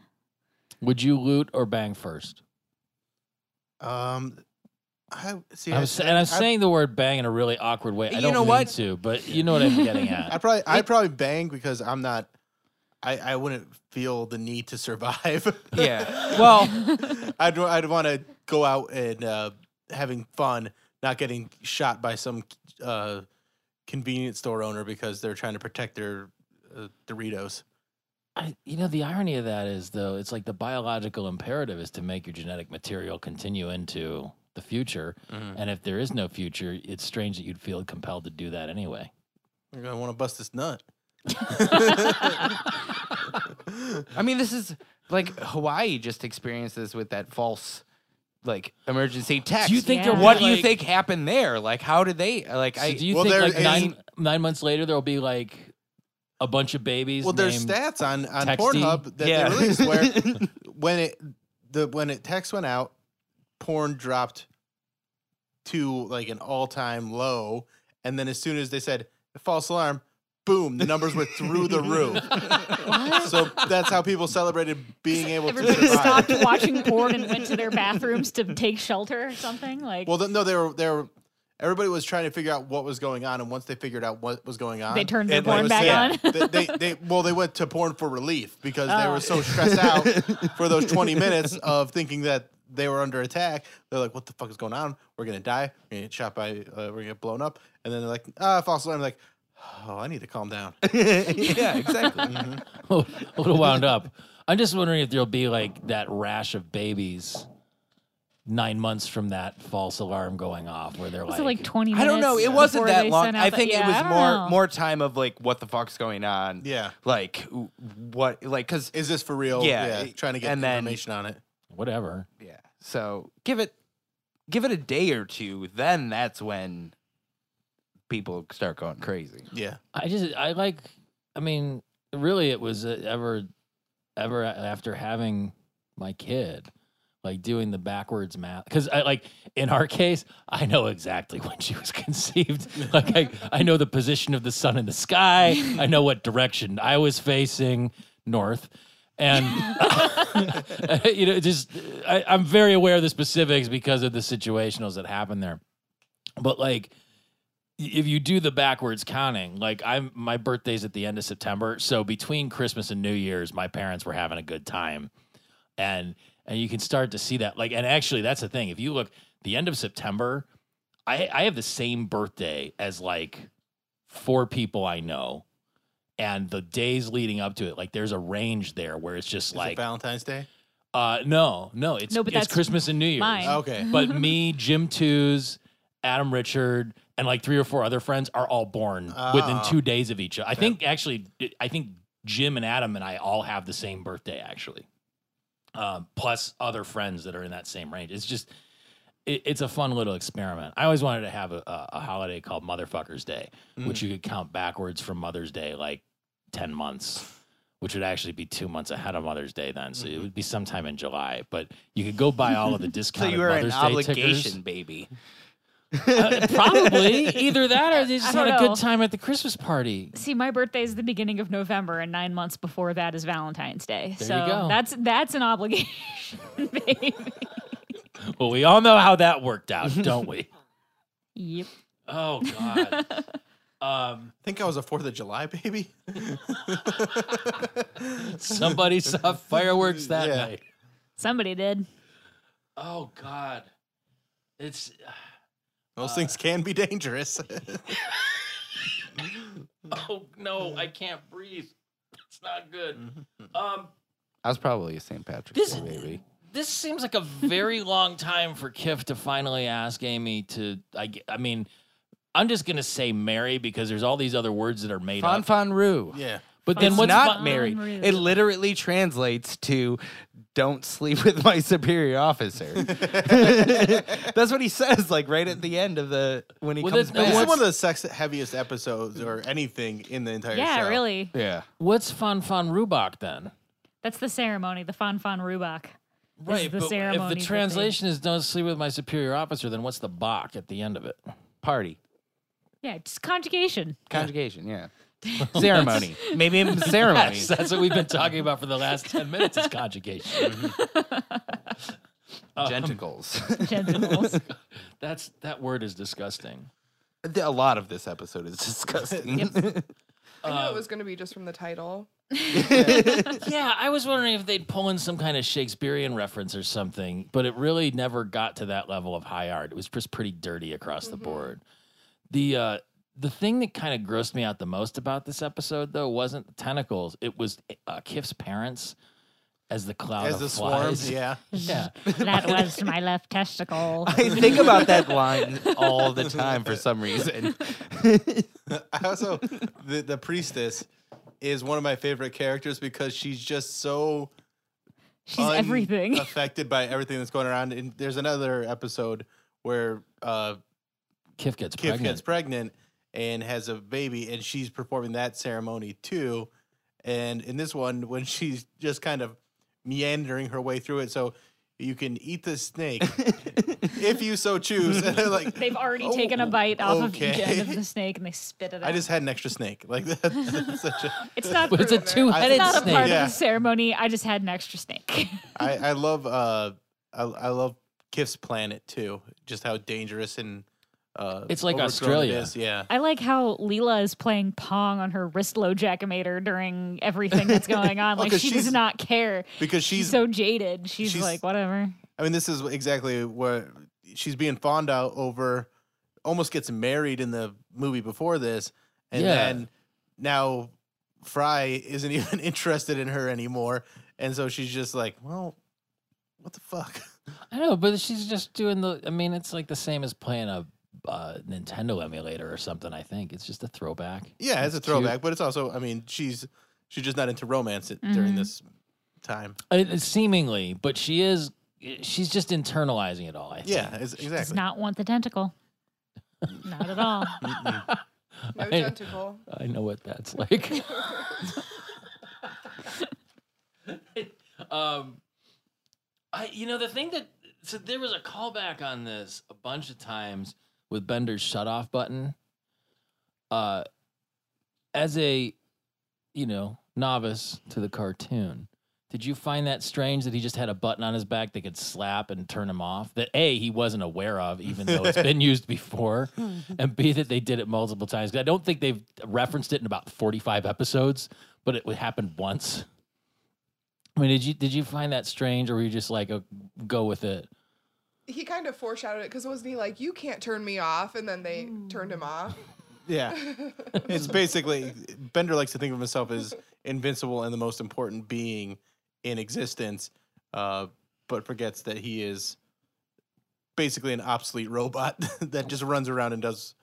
Speaker 2: would you loot or bang first
Speaker 3: Um, I see.
Speaker 2: I'm, sa- and i'm saying the word bang in a really awkward way i
Speaker 4: You
Speaker 2: don't
Speaker 4: know
Speaker 2: mean
Speaker 4: what?
Speaker 2: to but you know what i'm
Speaker 3: (laughs)
Speaker 2: getting
Speaker 3: I
Speaker 2: at
Speaker 3: probably I probably bang because I'm not. I, I wouldn't feel the need to survive. (laughs)
Speaker 4: Yeah. Well,
Speaker 3: I'd wa- I'd want to go out and uh, having fun, not getting shot by some uh, convenience store owner because they're trying to protect their uh, Doritos.
Speaker 2: I, you know the irony of that is though it's like the biological imperative is to make your genetic material continue into the future
Speaker 4: Mm-hmm.
Speaker 2: And if there is no future, it's strange that you'd feel compelled to do that anyway.
Speaker 3: You're gonna want to bust this
Speaker 4: (laughs)
Speaker 3: nut. (laughs)
Speaker 4: I mean, this is like Hawaii just experienced this with that false. Like emergency text.
Speaker 1: think
Speaker 2: there
Speaker 1: Yeah.
Speaker 2: will
Speaker 4: What
Speaker 2: be,
Speaker 4: do you
Speaker 2: like-
Speaker 4: think happened there? Like, how did they? Like,
Speaker 2: So
Speaker 4: I
Speaker 2: do you
Speaker 3: Well,
Speaker 2: think
Speaker 3: there
Speaker 2: like
Speaker 3: is-
Speaker 2: nine nine months later there'll be like a bunch of babies?
Speaker 3: Well, there's
Speaker 2: named-
Speaker 3: stats on on
Speaker 2: texting.
Speaker 3: Pornhub that
Speaker 4: Yeah.
Speaker 3: they released where when it the when it text went out, porn dropped to like an all time low, and then as soon as they said false alarm, boom, the numbers were through the
Speaker 4: (laughs)
Speaker 3: roof. So that's how people celebrated (laughs) being able to
Speaker 1: Everybody
Speaker 3: survive.
Speaker 1: stopped watching porn and went to their bathrooms to take shelter or something. Like
Speaker 3: Well, th- no, they were they were. Everybody was trying to figure out what was going on, and once they figured out what was going on,
Speaker 1: they turned their
Speaker 3: They
Speaker 1: porn
Speaker 3: was-
Speaker 1: back
Speaker 3: yeah.
Speaker 1: on.
Speaker 3: they, they, they, well, they went to porn for relief because they
Speaker 1: Oh.
Speaker 3: were so stressed
Speaker 1: (laughs)
Speaker 3: out for those 20 minutes of thinking that they were under attack. They're like, what the fuck is going on? We're going to die. We're going to get shot by, uh, we're going to get blown up. And then they're like, ah, false alarm. Like, oh, I need to calm down.
Speaker 4: (laughs) yeah, exactly.
Speaker 2: (laughs) would have wound up. I'm just wondering if there'll be like that rash of babies nine months from that false alarm going off where they're
Speaker 1: Was
Speaker 2: like,
Speaker 1: it like 20
Speaker 4: I
Speaker 1: minutes?
Speaker 4: don't know. It
Speaker 1: before
Speaker 4: wasn't that
Speaker 1: they
Speaker 4: long.
Speaker 1: sent out
Speaker 4: I
Speaker 1: the-
Speaker 4: think
Speaker 1: yeah,
Speaker 4: it was
Speaker 1: I don't
Speaker 4: more
Speaker 1: know.
Speaker 4: more time of like what the fuck's going on.
Speaker 3: Yeah.
Speaker 4: Like w- what like cuz
Speaker 3: Is this for real?
Speaker 4: Yeah,
Speaker 3: trying to get
Speaker 4: and then-
Speaker 3: information on it.
Speaker 2: whatever.
Speaker 4: yeah. So give it give it a day or two, then that's when people start going crazy.
Speaker 3: Yeah.
Speaker 2: I just I like I mean really it was uh, ever ever a- after having my kid like doing the backwards math because I like in our case I know exactly (laughs) when she was conceived like I, I know the position of the sun in the sky I know what direction I was facing north and (laughs) you know just I, I'm very aware of the specifics because of the situationals that happened there but like if you do the backwards counting, like I'm my birthday's at the end of September, so between Christmas and New Year's, my parents were having a good time, and and you can start to see that. Like, and actually, that's the thing. If you look, the end of September, I I have the same birthday as like four people I know, and the days leading up to it, like there's a range there where it's just
Speaker 3: Is it
Speaker 2: like,
Speaker 3: Valentine's Day?
Speaker 2: uh, no, no, it's
Speaker 1: No, but
Speaker 2: it's
Speaker 1: that's
Speaker 2: Christmas and New Year's
Speaker 1: mine.
Speaker 3: Okay.
Speaker 2: (laughs)
Speaker 1: (laughs)
Speaker 2: but me, Jim Twos, Adam Richard, and like three or four other friends are all born within
Speaker 3: Ah.
Speaker 2: two days of each other. I think actually, I think Jim and Adam and I all have the same birthday actually, um, plus other friends that are in that same range. It's just. It, it's a fun little experiment. I always wanted to have a, a, a holiday called Motherfuckers Day, which you could count backwards from Mother's Day, like 10 months, which would actually be two months ahead of Mother's Day then. So it would be sometime in July, but you could go buy (laughs) all of the
Speaker 4: So
Speaker 2: discounted
Speaker 4: you are an
Speaker 2: Mother's Day
Speaker 4: obligation,
Speaker 2: tickers.
Speaker 4: baby.
Speaker 2: (laughs) Uh, probably either that or they just
Speaker 1: I
Speaker 2: had
Speaker 1: don't
Speaker 2: a good
Speaker 1: know.
Speaker 2: time at the Christmas party.
Speaker 1: See, my birthday is the beginning of November, and nine months before that is Valentine's Day.
Speaker 2: There
Speaker 1: so
Speaker 2: you go.
Speaker 1: that's that's an obligation, (laughs) baby.
Speaker 2: Well, we all know how that worked (laughs) out, don't we?
Speaker 1: Yep.
Speaker 2: Oh (laughs) God. Um,
Speaker 3: I think I was a 4th of July baby.
Speaker 2: somebody saw fireworks that
Speaker 3: Yeah.
Speaker 2: night.
Speaker 1: Somebody did.
Speaker 2: Oh God. It's
Speaker 3: Those things can be dangerous. (laughs)
Speaker 2: oh no, I can't breathe. It's not good. Um,
Speaker 4: I was probably a St. Patrick's
Speaker 2: This-
Speaker 4: Day baby.
Speaker 2: this seems like
Speaker 1: (laughs)
Speaker 2: a very long time for Kiff to finally ask Amy to. I, g- I mean, I'm just gonna say Mary because there's all these other words that are made
Speaker 4: Fon
Speaker 2: up.
Speaker 4: Fon Roo.
Speaker 3: yeah.
Speaker 2: But
Speaker 4: It's
Speaker 2: then what's
Speaker 4: not
Speaker 2: fun-
Speaker 4: married.
Speaker 1: Roo.
Speaker 4: It literally translates to don't sleep with my superior officer. (laughs) That's what he says, like right at the end of the when he
Speaker 2: Well,
Speaker 4: comes
Speaker 2: that's-
Speaker 4: back.
Speaker 3: It's
Speaker 2: that's-
Speaker 3: one of the sex heaviest episodes or anything in the entire show.
Speaker 1: Yeah, really.
Speaker 4: yeah.
Speaker 2: What's Fon Fon Rubach then?
Speaker 1: That's the ceremony, the Fan Fan Rubach.
Speaker 2: Right,
Speaker 1: the
Speaker 2: but
Speaker 1: ceremony
Speaker 2: if
Speaker 1: that
Speaker 2: the
Speaker 1: they-
Speaker 2: translation is "Don't sleep with my superior officer," then what's the Bach at the end of it?
Speaker 4: Party.
Speaker 1: Yeah, it's conjugation. (laughs)
Speaker 4: Conjugation, yeah.
Speaker 2: (laughs)
Speaker 4: ceremony. Maybe even ceremony.
Speaker 2: Yes, that's what we've been talking about for the (laughs) last ten minutes. Is conjugation. (laughs) Um,
Speaker 4: Genticles.
Speaker 1: Genitals.
Speaker 2: That's that word is disgusting.
Speaker 4: (laughs) A lot of this episode is disgusting.
Speaker 5: I knew it was going to be just from the title.
Speaker 2: Yeah, I was wondering if they'd pull in some kind of Shakespearean reference or something, but it really never got to that level of high art. It was just pretty dirty across the board. The uh the thing that kind of grossed me out the most about this episode though wasn't the tentacles. It was uh, Kiff's parents as the cloud
Speaker 3: As
Speaker 2: of
Speaker 3: the
Speaker 2: flies.
Speaker 3: swarms, yeah.
Speaker 2: (laughs) yeah.
Speaker 1: that was my left
Speaker 3: (laughs)
Speaker 1: testicle.
Speaker 4: (laughs) I think about that line all the time for
Speaker 2: (laughs)
Speaker 4: some reason.
Speaker 3: (laughs) I also the, the priestess is one of my favorite characters because she's just so
Speaker 1: She's
Speaker 3: un- (laughs)
Speaker 1: everything. (laughs)
Speaker 3: affected by everything that's going around. And there's another episode where uh
Speaker 2: Kiff gets
Speaker 3: Kif (laughs)
Speaker 2: pregnant.
Speaker 3: gets pregnant and has a baby and she's performing that ceremony too. And in this one when she's just kind of meandering her way through it. So you can eat the snake if you so choose. (laughs) And they're like,
Speaker 1: They've already
Speaker 3: "Oh,
Speaker 1: taken a bite off of each
Speaker 3: okay."
Speaker 1: end of the snake and they spit it out.
Speaker 3: I just had an extra snake. Like (laughs) that- that's such a.
Speaker 1: it's not,
Speaker 2: But (laughs) it's a
Speaker 5: It's
Speaker 2: two headed
Speaker 1: not a
Speaker 2: snake.
Speaker 1: part
Speaker 3: Yeah.
Speaker 1: of the ceremony. I just had an extra snake. (laughs)
Speaker 3: I, I love uh I, I love Kiff's planet too. Just how dangerous and uh
Speaker 2: It's like
Speaker 3: overgrown it
Speaker 2: Australia.
Speaker 3: is, Yeah.
Speaker 1: I like how Leela is playing Pong on her wristlow jackamator during everything that's going
Speaker 3: (laughs)
Speaker 1: on.
Speaker 3: Oh,
Speaker 1: Like
Speaker 3: 'cause
Speaker 1: she
Speaker 3: she's-
Speaker 1: does not care.
Speaker 3: Because
Speaker 1: She's,
Speaker 3: she's
Speaker 1: so jaded. She's,
Speaker 3: she's-
Speaker 1: like, whatever.
Speaker 3: I mean, this is exactly what she's being fawned out over. Almost gets married in the movie before this, and
Speaker 2: Yeah.
Speaker 3: then now Fry isn't (laughs) even interested in her anymore, and so she's just like, "Well, what the fuck?" (laughs)
Speaker 2: I know, but she's just doing the. I mean, it's like the same as playing a uh, Nintendo emulator or something. I think it's just a throwback.
Speaker 3: Yeah, it's a
Speaker 2: It's cute.
Speaker 3: throwback, but it's also, I mean, she's she's just not into romance it- during
Speaker 2: Mm-hmm.
Speaker 1: Mhm.
Speaker 3: this time.
Speaker 2: It, it's seemingly, but she is. She's just internalizing it all. I think.
Speaker 3: Yeah, it's,
Speaker 1: Does
Speaker 3: exactly.
Speaker 1: not want the tentacle. not
Speaker 3: (laughs)
Speaker 1: at all.
Speaker 5: No
Speaker 2: I-
Speaker 5: tentacle.
Speaker 2: I know what that's (laughs) like. um, I you know the thing that so there was a callback on this a bunch of times with Bender's shut off button. Uh, as a you know novice to the cartoon, did you find that strange that he just had a button on his back that could slap and turn him off? That a he wasn't aware of, even though it's been (laughs) used before, and b that they did it multiple times. 'Cause I don't think they've referenced it in about forty-five episodes, but it happened once. I mean, did you did you find that strange, or were you just like, oh, go with it?
Speaker 5: He kind of foreshadowed it because wasn't he like, you can't turn me off? And then they turned
Speaker 3: Hmm.
Speaker 5: him off.
Speaker 3: Yeah,
Speaker 2: (laughs)
Speaker 3: it's basically Bender likes to think of himself as invincible and the most important being in existence, uh, but forgets that he is basically an obsolete robot (laughs) that just runs around and does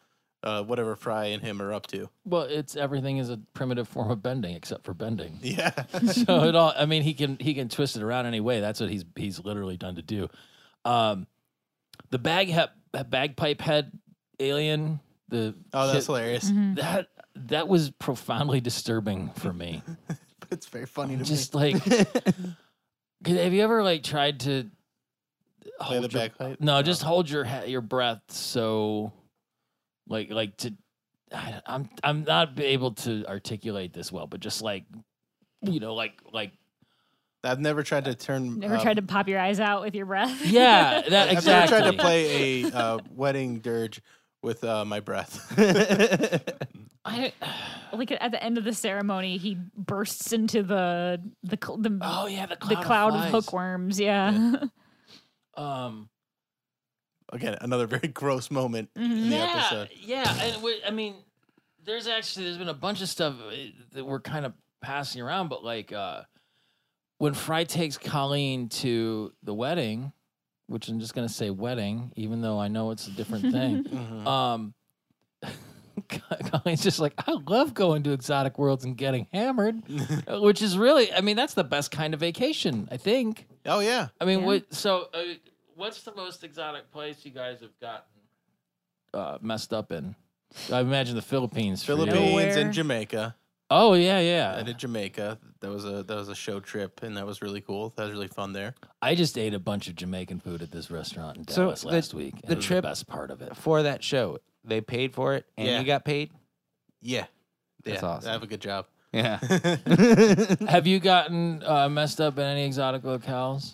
Speaker 3: uh, whatever Fry and him are up to. (laughs)
Speaker 2: Well, it's everything is a primitive form of bending, except for bending.
Speaker 3: Yeah, (laughs)
Speaker 2: so it all i mean he can he can twist it around any way that's what he's he's literally done to do um the bag he- bagpipe head alien the
Speaker 3: oh, that's
Speaker 2: shit-
Speaker 3: hilarious.
Speaker 1: Mhm.
Speaker 2: that that was profoundly disturbing for
Speaker 3: (laughs)
Speaker 2: me
Speaker 3: But it's very funny to (laughs)
Speaker 2: just like 'cause have you ever like tried to
Speaker 3: play the
Speaker 2: your-
Speaker 3: bagpipe.
Speaker 2: no, just hold your he- your breath so like like to I, I'm I'm not able to articulate this well, but just like you know like like
Speaker 3: I've never tried to turn.
Speaker 1: Never
Speaker 3: um,
Speaker 1: tried to pop your eyes out with your
Speaker 3: (laughs)
Speaker 1: breath. (laughs)
Speaker 2: Yeah, that
Speaker 3: I've
Speaker 2: exactly.
Speaker 3: never tried to play a uh, wedding dirge with uh, my
Speaker 2: (laughs)
Speaker 3: breath. (laughs)
Speaker 2: I, (sighs)
Speaker 1: like at the end of the ceremony, he bursts into the the cl- the,
Speaker 2: oh yeah, the cloud,
Speaker 1: the cloud of,
Speaker 2: flies.
Speaker 1: hookworms. Yeah. (laughs)
Speaker 2: (laughs) Um,
Speaker 3: Again, another very (laughs) gross moment in the
Speaker 2: Mm-hmm. yeah,
Speaker 3: episode.
Speaker 2: yeah. And we, I mean, there's actually there's been a bunch of stuff uh, that we're kind of passing around, but like uh, when Fry takes Colleen to the wedding, which I'm just gonna say wedding, even though I know it's a different thing. (laughs)
Speaker 3: Mhm.
Speaker 2: Um, Colleen's just like, I love going to exotic worlds and getting (laughs) hammered, uh, which is really, I mean, that's the best kind of vacation, I think.
Speaker 3: Oh yeah,
Speaker 2: I mean,
Speaker 1: Yeah.
Speaker 2: what? So, uh, what's the most exotic place you guys have gotten uh, messed up in? I imagine the Philippines. for you.
Speaker 3: Philippines
Speaker 1: Nowhere.
Speaker 3: and Jamaica.
Speaker 2: Oh yeah,
Speaker 3: I
Speaker 2: yeah.
Speaker 3: did Jamaica. That was a that was a show trip, and that was really cool. That was really fun there.
Speaker 2: I just ate a bunch of Jamaican food at this restaurant in
Speaker 4: So
Speaker 2: Dallas
Speaker 4: the-
Speaker 2: last week. and
Speaker 4: the
Speaker 2: it was
Speaker 4: trip-
Speaker 2: the best part of it. (laughs)
Speaker 4: For that show, they paid for it and
Speaker 3: Yeah.
Speaker 4: you got paid?
Speaker 3: Yeah,
Speaker 4: That's
Speaker 3: yeah,
Speaker 4: awesome.
Speaker 3: I have a good job.
Speaker 4: Yeah.
Speaker 2: (laughs)
Speaker 4: (laughs)
Speaker 2: Have you gotten uh, messed up in any exotic locales?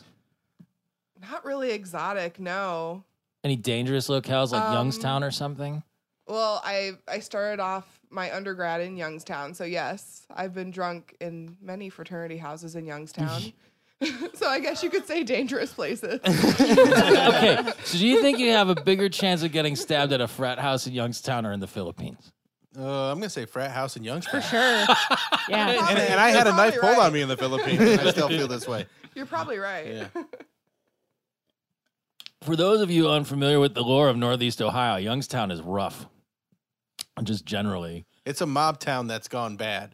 Speaker 5: Not really exotic, no.
Speaker 2: Any dangerous locales like
Speaker 5: Um,
Speaker 2: Youngstown or something? (laughs)
Speaker 5: Well, I I started off my undergrad in Youngstown, so yes, I've been drunk in many fraternity houses
Speaker 3: (laughs)
Speaker 5: in Youngstown. (laughs) so I guess you could say dangerous places.
Speaker 2: okay, so do you think you have a bigger chance of getting stabbed at a frat house in Youngstown or in the Philippines?
Speaker 3: Uh, I'm gonna say frat house in Youngstown.
Speaker 1: Sure. yeah.
Speaker 3: And, and I had a
Speaker 5: You're
Speaker 3: knife
Speaker 5: probably
Speaker 3: pulled
Speaker 5: right.
Speaker 3: on me in the Philippines. and (laughs) I still feel this way.
Speaker 5: You're probably right.
Speaker 3: Yeah.
Speaker 2: For those of you unfamiliar with the lore of Northeast Ohio, Youngstown is rough, just generally.
Speaker 3: It's a mob town that's gone bad.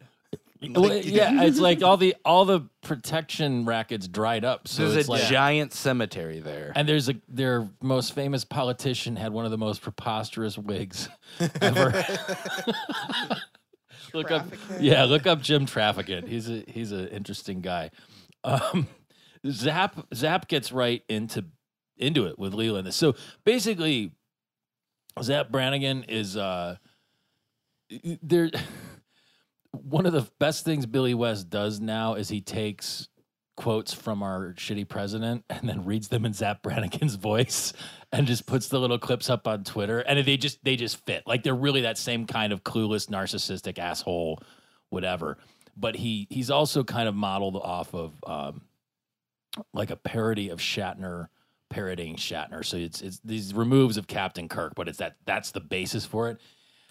Speaker 2: Well,
Speaker 3: (laughs)
Speaker 2: yeah, it's like all the all the protection rackets dried up. So
Speaker 4: There's
Speaker 2: it's
Speaker 4: a
Speaker 2: like,
Speaker 4: giant cemetery there.
Speaker 2: and there's a their most famous politician had one of the most preposterous wigs ever. (laughs) look up,
Speaker 5: Trafficking.
Speaker 2: yeah, look up Jim Trafficant. He's a he's an interesting guy. Um, Zap Zap gets right into into it with Leland. So basically, Zap Brannigan is uh there. (laughs) One of the best things Billy West does now is he takes quotes from our shitty president (laughs) and then reads them in Zap Brannigan's (laughs) voice and just puts the little clips up on Twitter and they just they just fit. Like they're really that same kind of clueless narcissistic asshole whatever. But he he's also kind of modeled off of um like a parody of Shatner parodying Shatner. So it's it's these removes of Captain Kirk, but it's that that's the basis for it.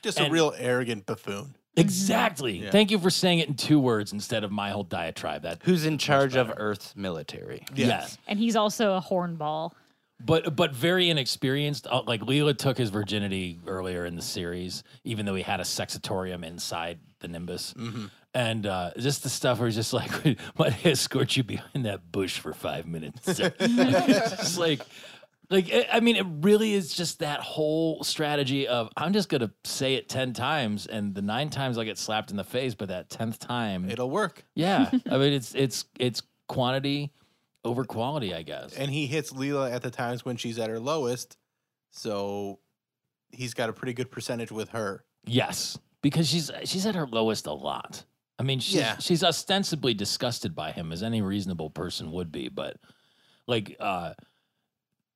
Speaker 3: Just
Speaker 2: And-
Speaker 3: a real arrogant buffoon.
Speaker 2: Exactly.
Speaker 3: Yeah.
Speaker 2: Thank you for saying it in two words instead of my whole diatribe. That
Speaker 4: Who's in charge of Earth's military?
Speaker 2: yes.
Speaker 1: And he's also a hornball.
Speaker 2: but but very inexperienced. Uh, like Leela took his virginity earlier in the series, even though he had a sexatorium inside the Nimbus, and uh, just the stuff where he's just like, (laughs) "Might I escort you behind that bush for five minutes?" sir?" it's just like. Like eh, I- I mean, it really is just that whole strategy of I'm just gonna say it ten times, and the nine times I get slapped in the face, but that tenth time,
Speaker 3: It'll work.
Speaker 2: yeah. I mean, it's it's it's quantity over quality, I guess.
Speaker 3: And he hits Leela at the times when she's at her lowest. So he's got a pretty good percentage with her.
Speaker 2: Yes, because she's she's at her lowest a lot. I mean, she's
Speaker 3: Yeah.
Speaker 2: she's ostensibly disgusted by him, as any reasonable person would be. But like, uh,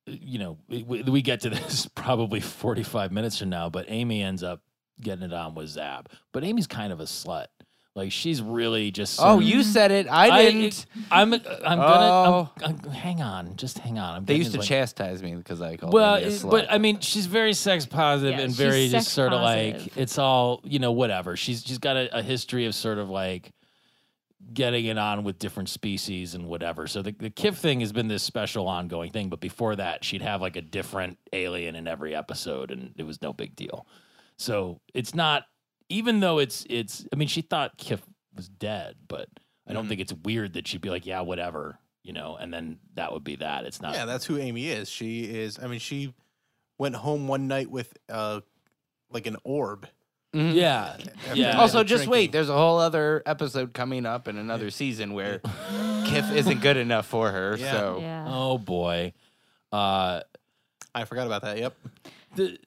Speaker 2: you know, we, we get to (laughs) this probably forty five minutes from now. But Amy ends up getting it on with Zab. But Amy's kind of a slut. Like she's really just.
Speaker 4: Oh,
Speaker 1: Mm-hmm.
Speaker 2: sort of-
Speaker 4: you said it. I didn't.
Speaker 2: I'm. I'm gonna.
Speaker 4: Oh.
Speaker 2: I'm, I'm- hang on. Just hang on. I'm
Speaker 4: they
Speaker 2: getting
Speaker 4: used to
Speaker 2: like-
Speaker 4: chastise me because I called
Speaker 2: well,
Speaker 4: them a
Speaker 2: it-
Speaker 4: slut.
Speaker 2: but I mean, she's very sex positive
Speaker 1: Yeah,
Speaker 2: and
Speaker 1: she's
Speaker 2: very
Speaker 1: sex
Speaker 2: just sort of like
Speaker 1: positive.
Speaker 2: it's all you know, whatever. She's she's got a, a history of sort of like getting it on with different species and whatever. So the the Kif thing has been this special ongoing thing, but before that, she'd have like a different alien in every episode, and it was no big deal. So it's not even though it's it's. I mean, she thought Kif was dead, but I don't
Speaker 3: Mhm.
Speaker 2: think it's weird that she'd be like, yeah, whatever. You know, and then that would be that. It's not
Speaker 3: Yeah, that's who Amy is. She is, I mean, she went home one night with uh, like an orb.
Speaker 1: Mm-hmm.
Speaker 4: Mhm.
Speaker 2: Yeah.
Speaker 3: After
Speaker 2: Yeah.
Speaker 3: they
Speaker 4: Also,
Speaker 3: were
Speaker 4: just
Speaker 3: drinking.
Speaker 4: wait. There's a whole other episode coming up in another season where Kif isn't good enough for her.
Speaker 3: Yeah.
Speaker 4: So
Speaker 1: Yeah.
Speaker 2: Oh boy. Uh
Speaker 3: I forgot about that. Yep. (laughs)
Speaker 2: the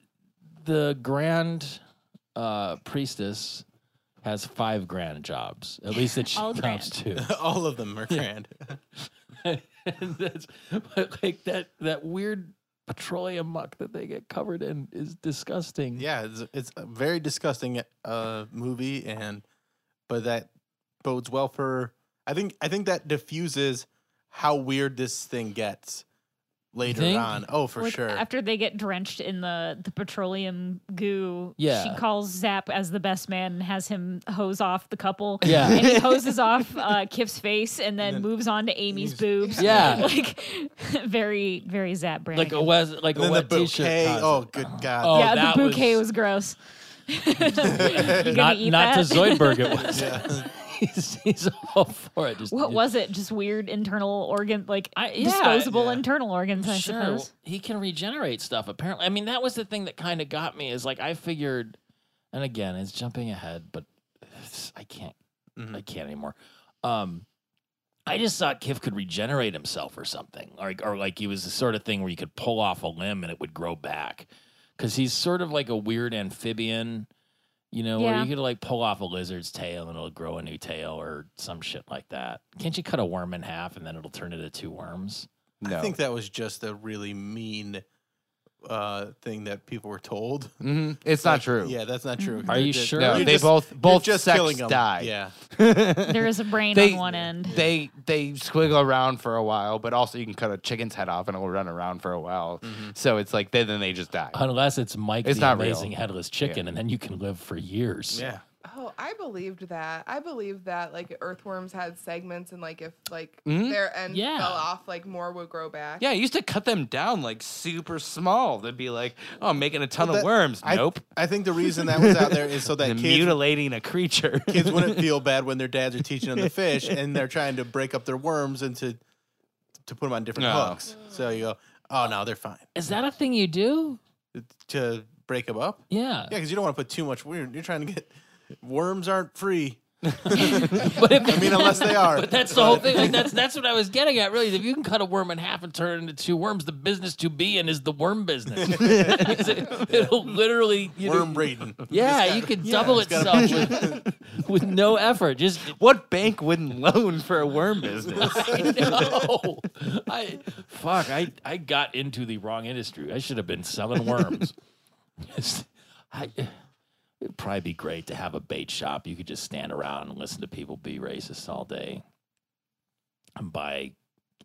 Speaker 2: the grand uh priestess has five grand jobs. At least
Speaker 1: (laughs)
Speaker 2: that she
Speaker 1: All
Speaker 2: counts to.
Speaker 3: All of them are grand. (laughs)
Speaker 2: (laughs) and that's but like that that weird petroleum muck that they get covered in is disgusting.
Speaker 3: yeah, it's, it's a very disgusting uh, movie, and but that bodes well for. I think I think that diffuses how weird this thing gets later
Speaker 2: think?
Speaker 3: on. Oh, for
Speaker 1: Like,
Speaker 3: sure.
Speaker 1: After they get drenched in the, the petroleum goo,
Speaker 2: Yeah.
Speaker 1: she calls Zap as the best man and has him hose off the couple. (laughs)
Speaker 2: Yeah.
Speaker 1: And he hoses off uh, Kip's face and then, moves on to Amy's boobs.
Speaker 2: Yeah.
Speaker 1: (laughs) Like, very, very Zap brand.
Speaker 2: Like a wes like
Speaker 3: and
Speaker 2: a
Speaker 3: then the
Speaker 2: wet t-shirt.
Speaker 3: bouquet.
Speaker 2: concept.
Speaker 3: Oh, (laughs) good god.
Speaker 2: Oh,
Speaker 1: yeah,
Speaker 2: that
Speaker 1: the bouquet
Speaker 2: was-
Speaker 1: was, gross.
Speaker 2: (laughs)
Speaker 1: you gonna
Speaker 2: not
Speaker 1: eat
Speaker 2: not
Speaker 1: that?
Speaker 2: to Zoidberg it was.
Speaker 3: Yeah.
Speaker 2: (laughs) he's, he's all for it.
Speaker 1: (laughs)
Speaker 2: Just
Speaker 1: What
Speaker 2: just-
Speaker 1: was it? Just weird internal organ, like
Speaker 2: I- yeah,
Speaker 1: disposable
Speaker 3: yeah.
Speaker 1: internal organs, I
Speaker 2: sure
Speaker 1: suppose.
Speaker 2: he can regenerate stuff apparently i mean that was the thing that kind of got me is like i figured and again it's jumping ahead but (sighs) it's- i can't i can't anymore um i just thought kif could regenerate himself or something or, or like he was the sort of thing where you could pull off a limb and it would grow back because he's sort of like a weird amphibian you know, where
Speaker 1: Yeah.
Speaker 2: you could like pull off a lizard's tail and it'll grow a new tail or some shit like that. Can't you cut a worm in half and then it'll turn into two worms?
Speaker 4: no.
Speaker 3: I think that was just a really mean uh, thing that people were told.
Speaker 4: Mhm. it's not true.
Speaker 3: Yeah, that's not true.
Speaker 2: Are you
Speaker 3: They're-
Speaker 2: sure?
Speaker 4: No,
Speaker 2: You're
Speaker 4: they
Speaker 3: just-
Speaker 4: both
Speaker 3: you're
Speaker 4: both
Speaker 3: just
Speaker 4: sex
Speaker 3: killing 'em.
Speaker 4: die. (laughs)
Speaker 3: Yeah.
Speaker 1: There is a brain
Speaker 4: They-
Speaker 1: on one end.
Speaker 4: They they squiggle around for a while, but also you can cut a chicken's head off and it'll run around for a while. So it's like they, then they just die.
Speaker 2: Unless it's Mike
Speaker 4: It's
Speaker 2: the
Speaker 4: not real.
Speaker 2: Amazing Headless Chicken, and then you can live for years.
Speaker 3: Yeah.
Speaker 5: (laughs) Oh, I believed that. I believed that like earthworms had segments and like if like
Speaker 3: Mm-hmm.
Speaker 4: Mhm.
Speaker 5: their end
Speaker 2: Yeah.
Speaker 5: fell off, like more would grow back.
Speaker 4: Yeah, I used to cut them down like super small. They'd be like, "Oh, I'm making a ton
Speaker 3: That-
Speaker 4: of worms."
Speaker 3: I-
Speaker 4: nope,
Speaker 3: I think the reason that was out there
Speaker 2: (laughs)
Speaker 3: is so that
Speaker 4: And
Speaker 3: kids
Speaker 4: mutilating
Speaker 3: (laughs)
Speaker 4: a creature.
Speaker 3: kids wouldn't feel bad when their dads are teaching them the fish and they're trying to break up their worms and to to put them on different
Speaker 4: No.
Speaker 3: hooks. So you go, oh no, they're fine
Speaker 2: Is that a thing you do?
Speaker 3: to break them up.
Speaker 2: Yeah.
Speaker 3: Yeah, because you don't want to put too much. Weird. You're trying to get worms aren't free.
Speaker 2: (laughs) But if,
Speaker 3: I mean, unless they are.
Speaker 2: (laughs) But that's the whole thing. Like that's that's what I was getting at. Really, is if you can cut a worm in half and turn it into two worms, the business to be in is the worm business. it, will literally you know,
Speaker 3: Worm breeding.
Speaker 2: Yeah, you could double
Speaker 4: (laughs)
Speaker 2: itself with, with no effort. Just
Speaker 4: What bank wouldn't loan for a worm business? (laughs)
Speaker 2: I know. I fuck. I I got into the wrong industry. I should have been selling worms. (laughs) Just- I, it'd probably be great to have a bait shop. You could just stand around and listen to people be racist all day and buy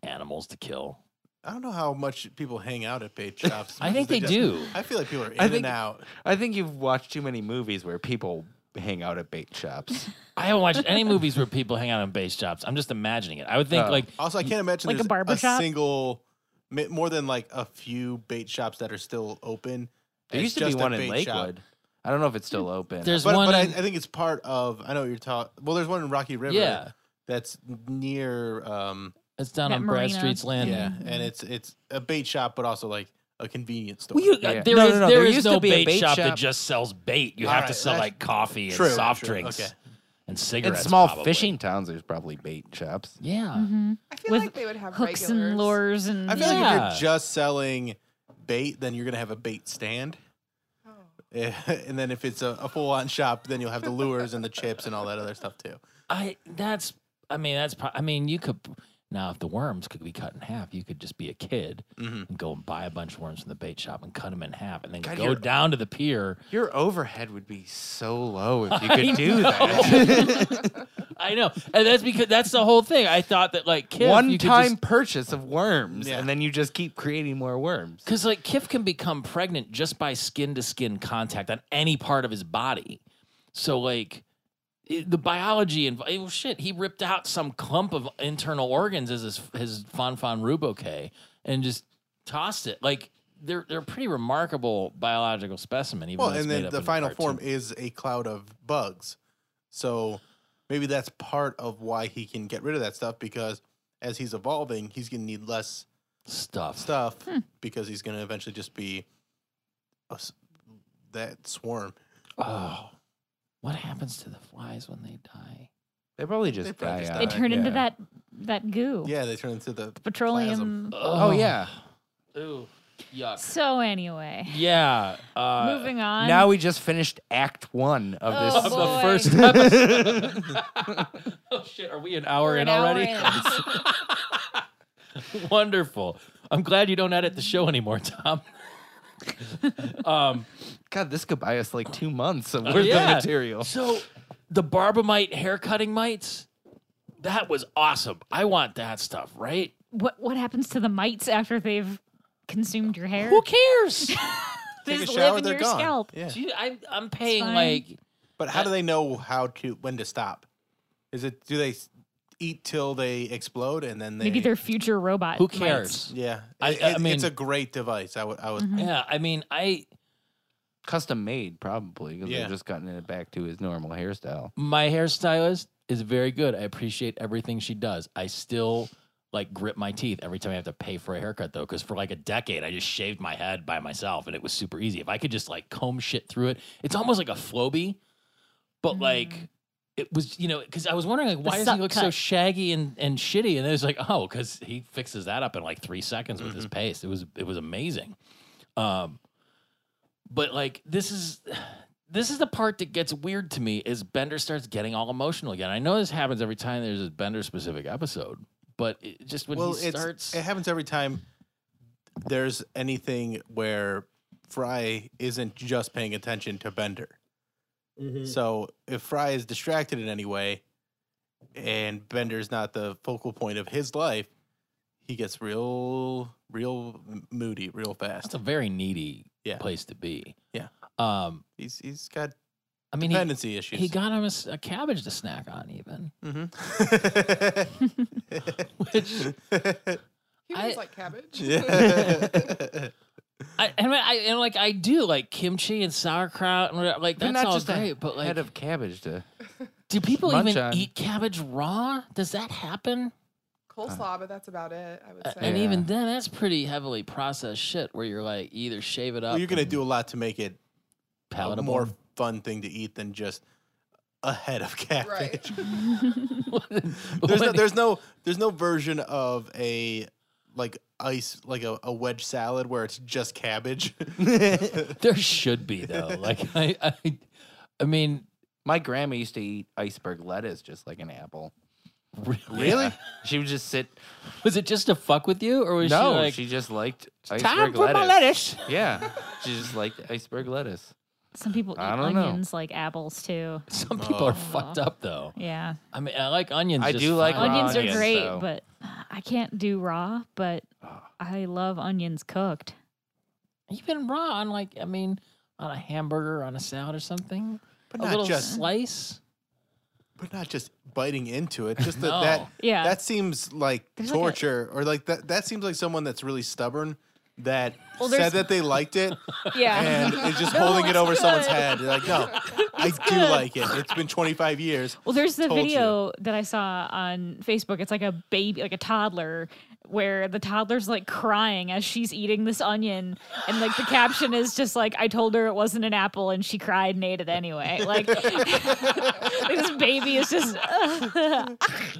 Speaker 2: animals to kill.
Speaker 3: I don't know how much people hang out at bait shops.
Speaker 2: I think they
Speaker 3: just-
Speaker 2: do.
Speaker 3: I feel like people are in
Speaker 4: I think-
Speaker 3: and out.
Speaker 4: I think you've watched too many movies where people hang out at bait
Speaker 3: (laughs)
Speaker 4: shops.
Speaker 2: I haven't watched any movies where people hang out in bait shops. I'm just imagining it. I would think
Speaker 4: Oh.
Speaker 2: like
Speaker 3: Also, I can't imagine
Speaker 1: Like a
Speaker 3: there's
Speaker 1: barber shop?
Speaker 3: single, ma- more than like a few bait shops that are still open.
Speaker 4: There
Speaker 3: It's
Speaker 4: used to be
Speaker 3: just a
Speaker 4: one in
Speaker 3: bait shop. Hmm.
Speaker 4: Lakewood. I don't know if it's still open.
Speaker 2: there's
Speaker 3: But,
Speaker 2: one.
Speaker 3: but I, I
Speaker 2: in-
Speaker 3: think it's part of. I know what you're talking. Well, there's one in Rocky River.
Speaker 2: Yeah.
Speaker 3: That's near. Um,
Speaker 2: it's down
Speaker 1: That
Speaker 2: on
Speaker 1: marina.
Speaker 2: Bradstreet's
Speaker 3: yeah,
Speaker 2: Landing.
Speaker 3: and it's it's a bait shop, but also like a convenience store.
Speaker 2: Well, you, uh,
Speaker 4: Yeah.
Speaker 2: there
Speaker 4: No,
Speaker 2: is-
Speaker 4: no, no,
Speaker 2: there
Speaker 4: there
Speaker 2: is
Speaker 4: used to
Speaker 2: no
Speaker 4: be a
Speaker 2: bait,
Speaker 4: bait
Speaker 2: shop, that
Speaker 4: shop.
Speaker 2: just sells bait. You
Speaker 3: All
Speaker 2: have to
Speaker 3: right,
Speaker 2: sell
Speaker 3: that's
Speaker 2: like coffee and
Speaker 3: true,
Speaker 2: soft
Speaker 3: true,
Speaker 2: drinks
Speaker 3: okay.
Speaker 2: and cigarettes.
Speaker 4: in small
Speaker 2: probably.
Speaker 4: fishing towns, there's probably bait shops.
Speaker 2: Yeah.
Speaker 1: Mm-hmm.
Speaker 5: I feel
Speaker 1: With
Speaker 5: like they would have
Speaker 1: hooks
Speaker 5: regulars.
Speaker 1: and lures and
Speaker 3: I feel like if
Speaker 2: Yeah.
Speaker 3: you're just selling bait, then you're gonna have a bait stand. (laughs)
Speaker 5: Oh.
Speaker 3: Eh, And then if it's a, a full-on shop, then you'll have the lures and the chips and all that other stuff too.
Speaker 2: I that's I mean that's pro- I mean you could now if the worms could be cut in half, you could just be a kid and go and buy a bunch of worms from the bait shop and cut them in half and then
Speaker 4: Mm-hmm. God,
Speaker 2: go
Speaker 4: you're-
Speaker 2: down to the pier.
Speaker 4: Your overhead would be so low (laughs) if you
Speaker 2: I
Speaker 4: could do
Speaker 2: know.
Speaker 4: that. (laughs)
Speaker 2: I know, and that's because that's the whole thing. I thought that like Kif,
Speaker 4: One
Speaker 2: you could
Speaker 4: time
Speaker 2: just-
Speaker 4: purchase of worms,
Speaker 3: Yeah.
Speaker 4: and then you just keep creating more worms.
Speaker 2: Because like Kif can become pregnant just by skin to skin contact on any part of his body. So like it- the biology and oh shit, he ripped out some clump of internal organs as his his Fonfon Ruboke and just tossed it. Like they're they're a pretty remarkable biological specimen. Even
Speaker 3: Well,
Speaker 2: though it's
Speaker 3: and
Speaker 2: made
Speaker 3: then
Speaker 2: up
Speaker 3: the
Speaker 2: in a
Speaker 3: final
Speaker 2: cartoon.
Speaker 3: form is a cloud of bugs. So maybe that's part of why he can get rid of that stuff because as he's evolving, he's going to need less
Speaker 2: stuff.
Speaker 3: stuff
Speaker 1: Hmm.
Speaker 3: because he's going to eventually just be a s that swarm.
Speaker 2: Oh, what happens to the flies when they die?
Speaker 4: They probably just
Speaker 3: They probably
Speaker 4: die
Speaker 3: just
Speaker 4: out.
Speaker 1: they
Speaker 2: uh,
Speaker 1: turn into
Speaker 4: Yeah.
Speaker 1: that that goo.
Speaker 3: Yeah, they turn into the
Speaker 1: Petroleum.
Speaker 4: Oh yeah.
Speaker 2: Ooh, yuck.
Speaker 1: So anyway,
Speaker 2: Yeah. Uh,
Speaker 1: moving on.
Speaker 4: Now we just finished Act One of
Speaker 1: Oh,
Speaker 4: this
Speaker 2: of
Speaker 1: boy.
Speaker 2: (laughs) the first episode. (laughs) oh shit, are we an hour
Speaker 1: We're an
Speaker 2: in
Speaker 1: hour
Speaker 2: already? (laughs) Wonderful. I'm glad you don't edit the show anymore, Tom. (laughs) um,
Speaker 4: (laughs) God, this could buy us like two months of
Speaker 2: Uh,
Speaker 4: worth
Speaker 2: yeah.
Speaker 4: of material.
Speaker 2: so the barbamite hair cutting mites, that was awesome. I want that stuff, right?
Speaker 1: (laughs) what what happens to the mites after they've consumed your hair?
Speaker 2: Who cares?
Speaker 1: They
Speaker 3: take a
Speaker 1: just
Speaker 3: shower,
Speaker 1: live in
Speaker 3: they're
Speaker 1: your
Speaker 3: gone.
Speaker 1: scalp.
Speaker 3: Yeah.
Speaker 2: Gee, I, I'm paying
Speaker 1: fine.
Speaker 2: like
Speaker 3: But how do they know how to when to stop? Is it do they s- eat till they explode and then they
Speaker 1: Maybe they're future robots.
Speaker 2: who cares?
Speaker 3: yeah.
Speaker 2: I-
Speaker 3: It-
Speaker 2: I
Speaker 3: it-
Speaker 2: mean-
Speaker 3: it's a great device. I would I
Speaker 1: Mm-hmm.
Speaker 3: would
Speaker 2: Yeah, I mean, I
Speaker 4: Custom made, probably, because
Speaker 3: Yeah.
Speaker 4: they've just gotten it back to his normal hairstyle.
Speaker 2: my hairstylist is very good. I appreciate everything she does. I still like grit my teeth every time I have to pay for a haircut though, because for like a decade I just shaved my head by myself and it was super easy. If I could just like comb shit through it, it's almost like a flowbee, but like it was you know because I was wondering like why does
Speaker 1: Mm. suck
Speaker 2: he look so
Speaker 1: cut.
Speaker 2: shaggy and and shitty and it was like oh because he fixes that up in like three seconds with
Speaker 1: Mm-hmm.
Speaker 2: his paste. It was it was amazing. Um, but like this is this is the part that gets weird to me is Bender starts getting all emotional again. I know this happens every time there's a Bender specific episode, but it just when
Speaker 3: well,
Speaker 2: he
Speaker 3: it's,
Speaker 2: starts,
Speaker 3: it happens every time there's anything where Fry isn't just paying attention to Bender.
Speaker 2: Mm.
Speaker 3: So if Fry is distracted in any way, and Bender's not the focal point of his life, he gets real, real m- moody, real
Speaker 2: that's
Speaker 3: fast.
Speaker 2: a very needy
Speaker 3: Yeah.
Speaker 2: place to be.
Speaker 3: Yeah.
Speaker 2: Um.
Speaker 3: He's he's got
Speaker 2: I mean, he,
Speaker 3: dependency issues. Mm-hmm.
Speaker 2: he got him a, s- a cabbage to snack on, even.
Speaker 4: (laughs)
Speaker 2: (laughs)
Speaker 3: Mhm.
Speaker 5: He
Speaker 2: I-
Speaker 5: was like
Speaker 3: (laughs)
Speaker 5: cabbage.
Speaker 2: (laughs)
Speaker 3: Yeah.
Speaker 2: I and I and like I do like kimchi and sauerkraut and whatever, like
Speaker 4: They're
Speaker 2: that's
Speaker 4: not
Speaker 2: all
Speaker 4: just a
Speaker 2: great, but like,
Speaker 4: head of cabbage to
Speaker 2: do people
Speaker 4: munch
Speaker 2: even
Speaker 4: on.
Speaker 2: eat cabbage raw? Does that happen?
Speaker 5: (laughs) Coleslaw, but that's about it, I would
Speaker 2: Uh,
Speaker 5: say.
Speaker 2: And
Speaker 4: Yeah.
Speaker 5: (laughs)
Speaker 2: even then, that's pretty heavily processed shit. Where you're like, either shave it up.
Speaker 3: well, you're gonna
Speaker 2: and
Speaker 3: do a lot to make it a
Speaker 2: palatable.
Speaker 3: more fun thing to eat than just ahead of catfish.
Speaker 2: What-
Speaker 3: (laughs) There's
Speaker 2: (laughs)
Speaker 3: no, there's no there's no version of a like ice like a, a wedge salad where it's just cabbage. (laughs)
Speaker 2: there should be though. Like I, I, I mean,
Speaker 4: My grandma used to eat iceberg lettuce just like an apple.
Speaker 2: really,
Speaker 4: Yeah. She would just sit.
Speaker 2: was it just to fuck with you, or (laughs) was
Speaker 4: no,
Speaker 2: she like
Speaker 4: she just liked iceberg
Speaker 2: time for
Speaker 4: lettuce.
Speaker 2: my lettuce?
Speaker 4: Yeah, she just liked iceberg lettuce.
Speaker 1: Some people eat
Speaker 4: I don't know.
Speaker 1: onions like apples too.
Speaker 2: Some people are fucked up though.
Speaker 1: Yeah.
Speaker 2: I mean, I like onions.
Speaker 4: I
Speaker 2: just
Speaker 4: do like
Speaker 2: fine.
Speaker 4: raw
Speaker 1: onions are
Speaker 4: onions,
Speaker 1: great,
Speaker 4: though.
Speaker 1: but I can't do raw, but I love onions cooked.
Speaker 2: even raw on like I mean on a hamburger on a salad or something.
Speaker 3: But
Speaker 2: a
Speaker 3: not
Speaker 2: little
Speaker 3: just-
Speaker 2: slice.
Speaker 3: but not just biting into it. Just that
Speaker 2: No.
Speaker 3: that
Speaker 1: Yeah.
Speaker 3: that seems like
Speaker 1: There's like a-
Speaker 3: torture or like that that seems like someone that's really stubborn that
Speaker 1: Well,
Speaker 3: said
Speaker 1: there's-
Speaker 3: that they liked
Speaker 1: (laughs)
Speaker 3: it
Speaker 1: Yeah.
Speaker 3: and is just
Speaker 1: No,
Speaker 3: holding it
Speaker 1: it's
Speaker 3: over someone's
Speaker 1: good.
Speaker 3: head. They're like,
Speaker 1: (laughs)
Speaker 3: no, I do
Speaker 1: good.
Speaker 3: like it. It's been 25 years.
Speaker 1: Well, there's the
Speaker 3: Told you.
Speaker 1: video that I saw on Facebook. It's like a baby, like a toddler, where the toddler's like crying as she's eating this onion. And like the caption is just like, I told her it wasn't an apple and she cried and ate it anyway. (laughs) Like, this baby is just.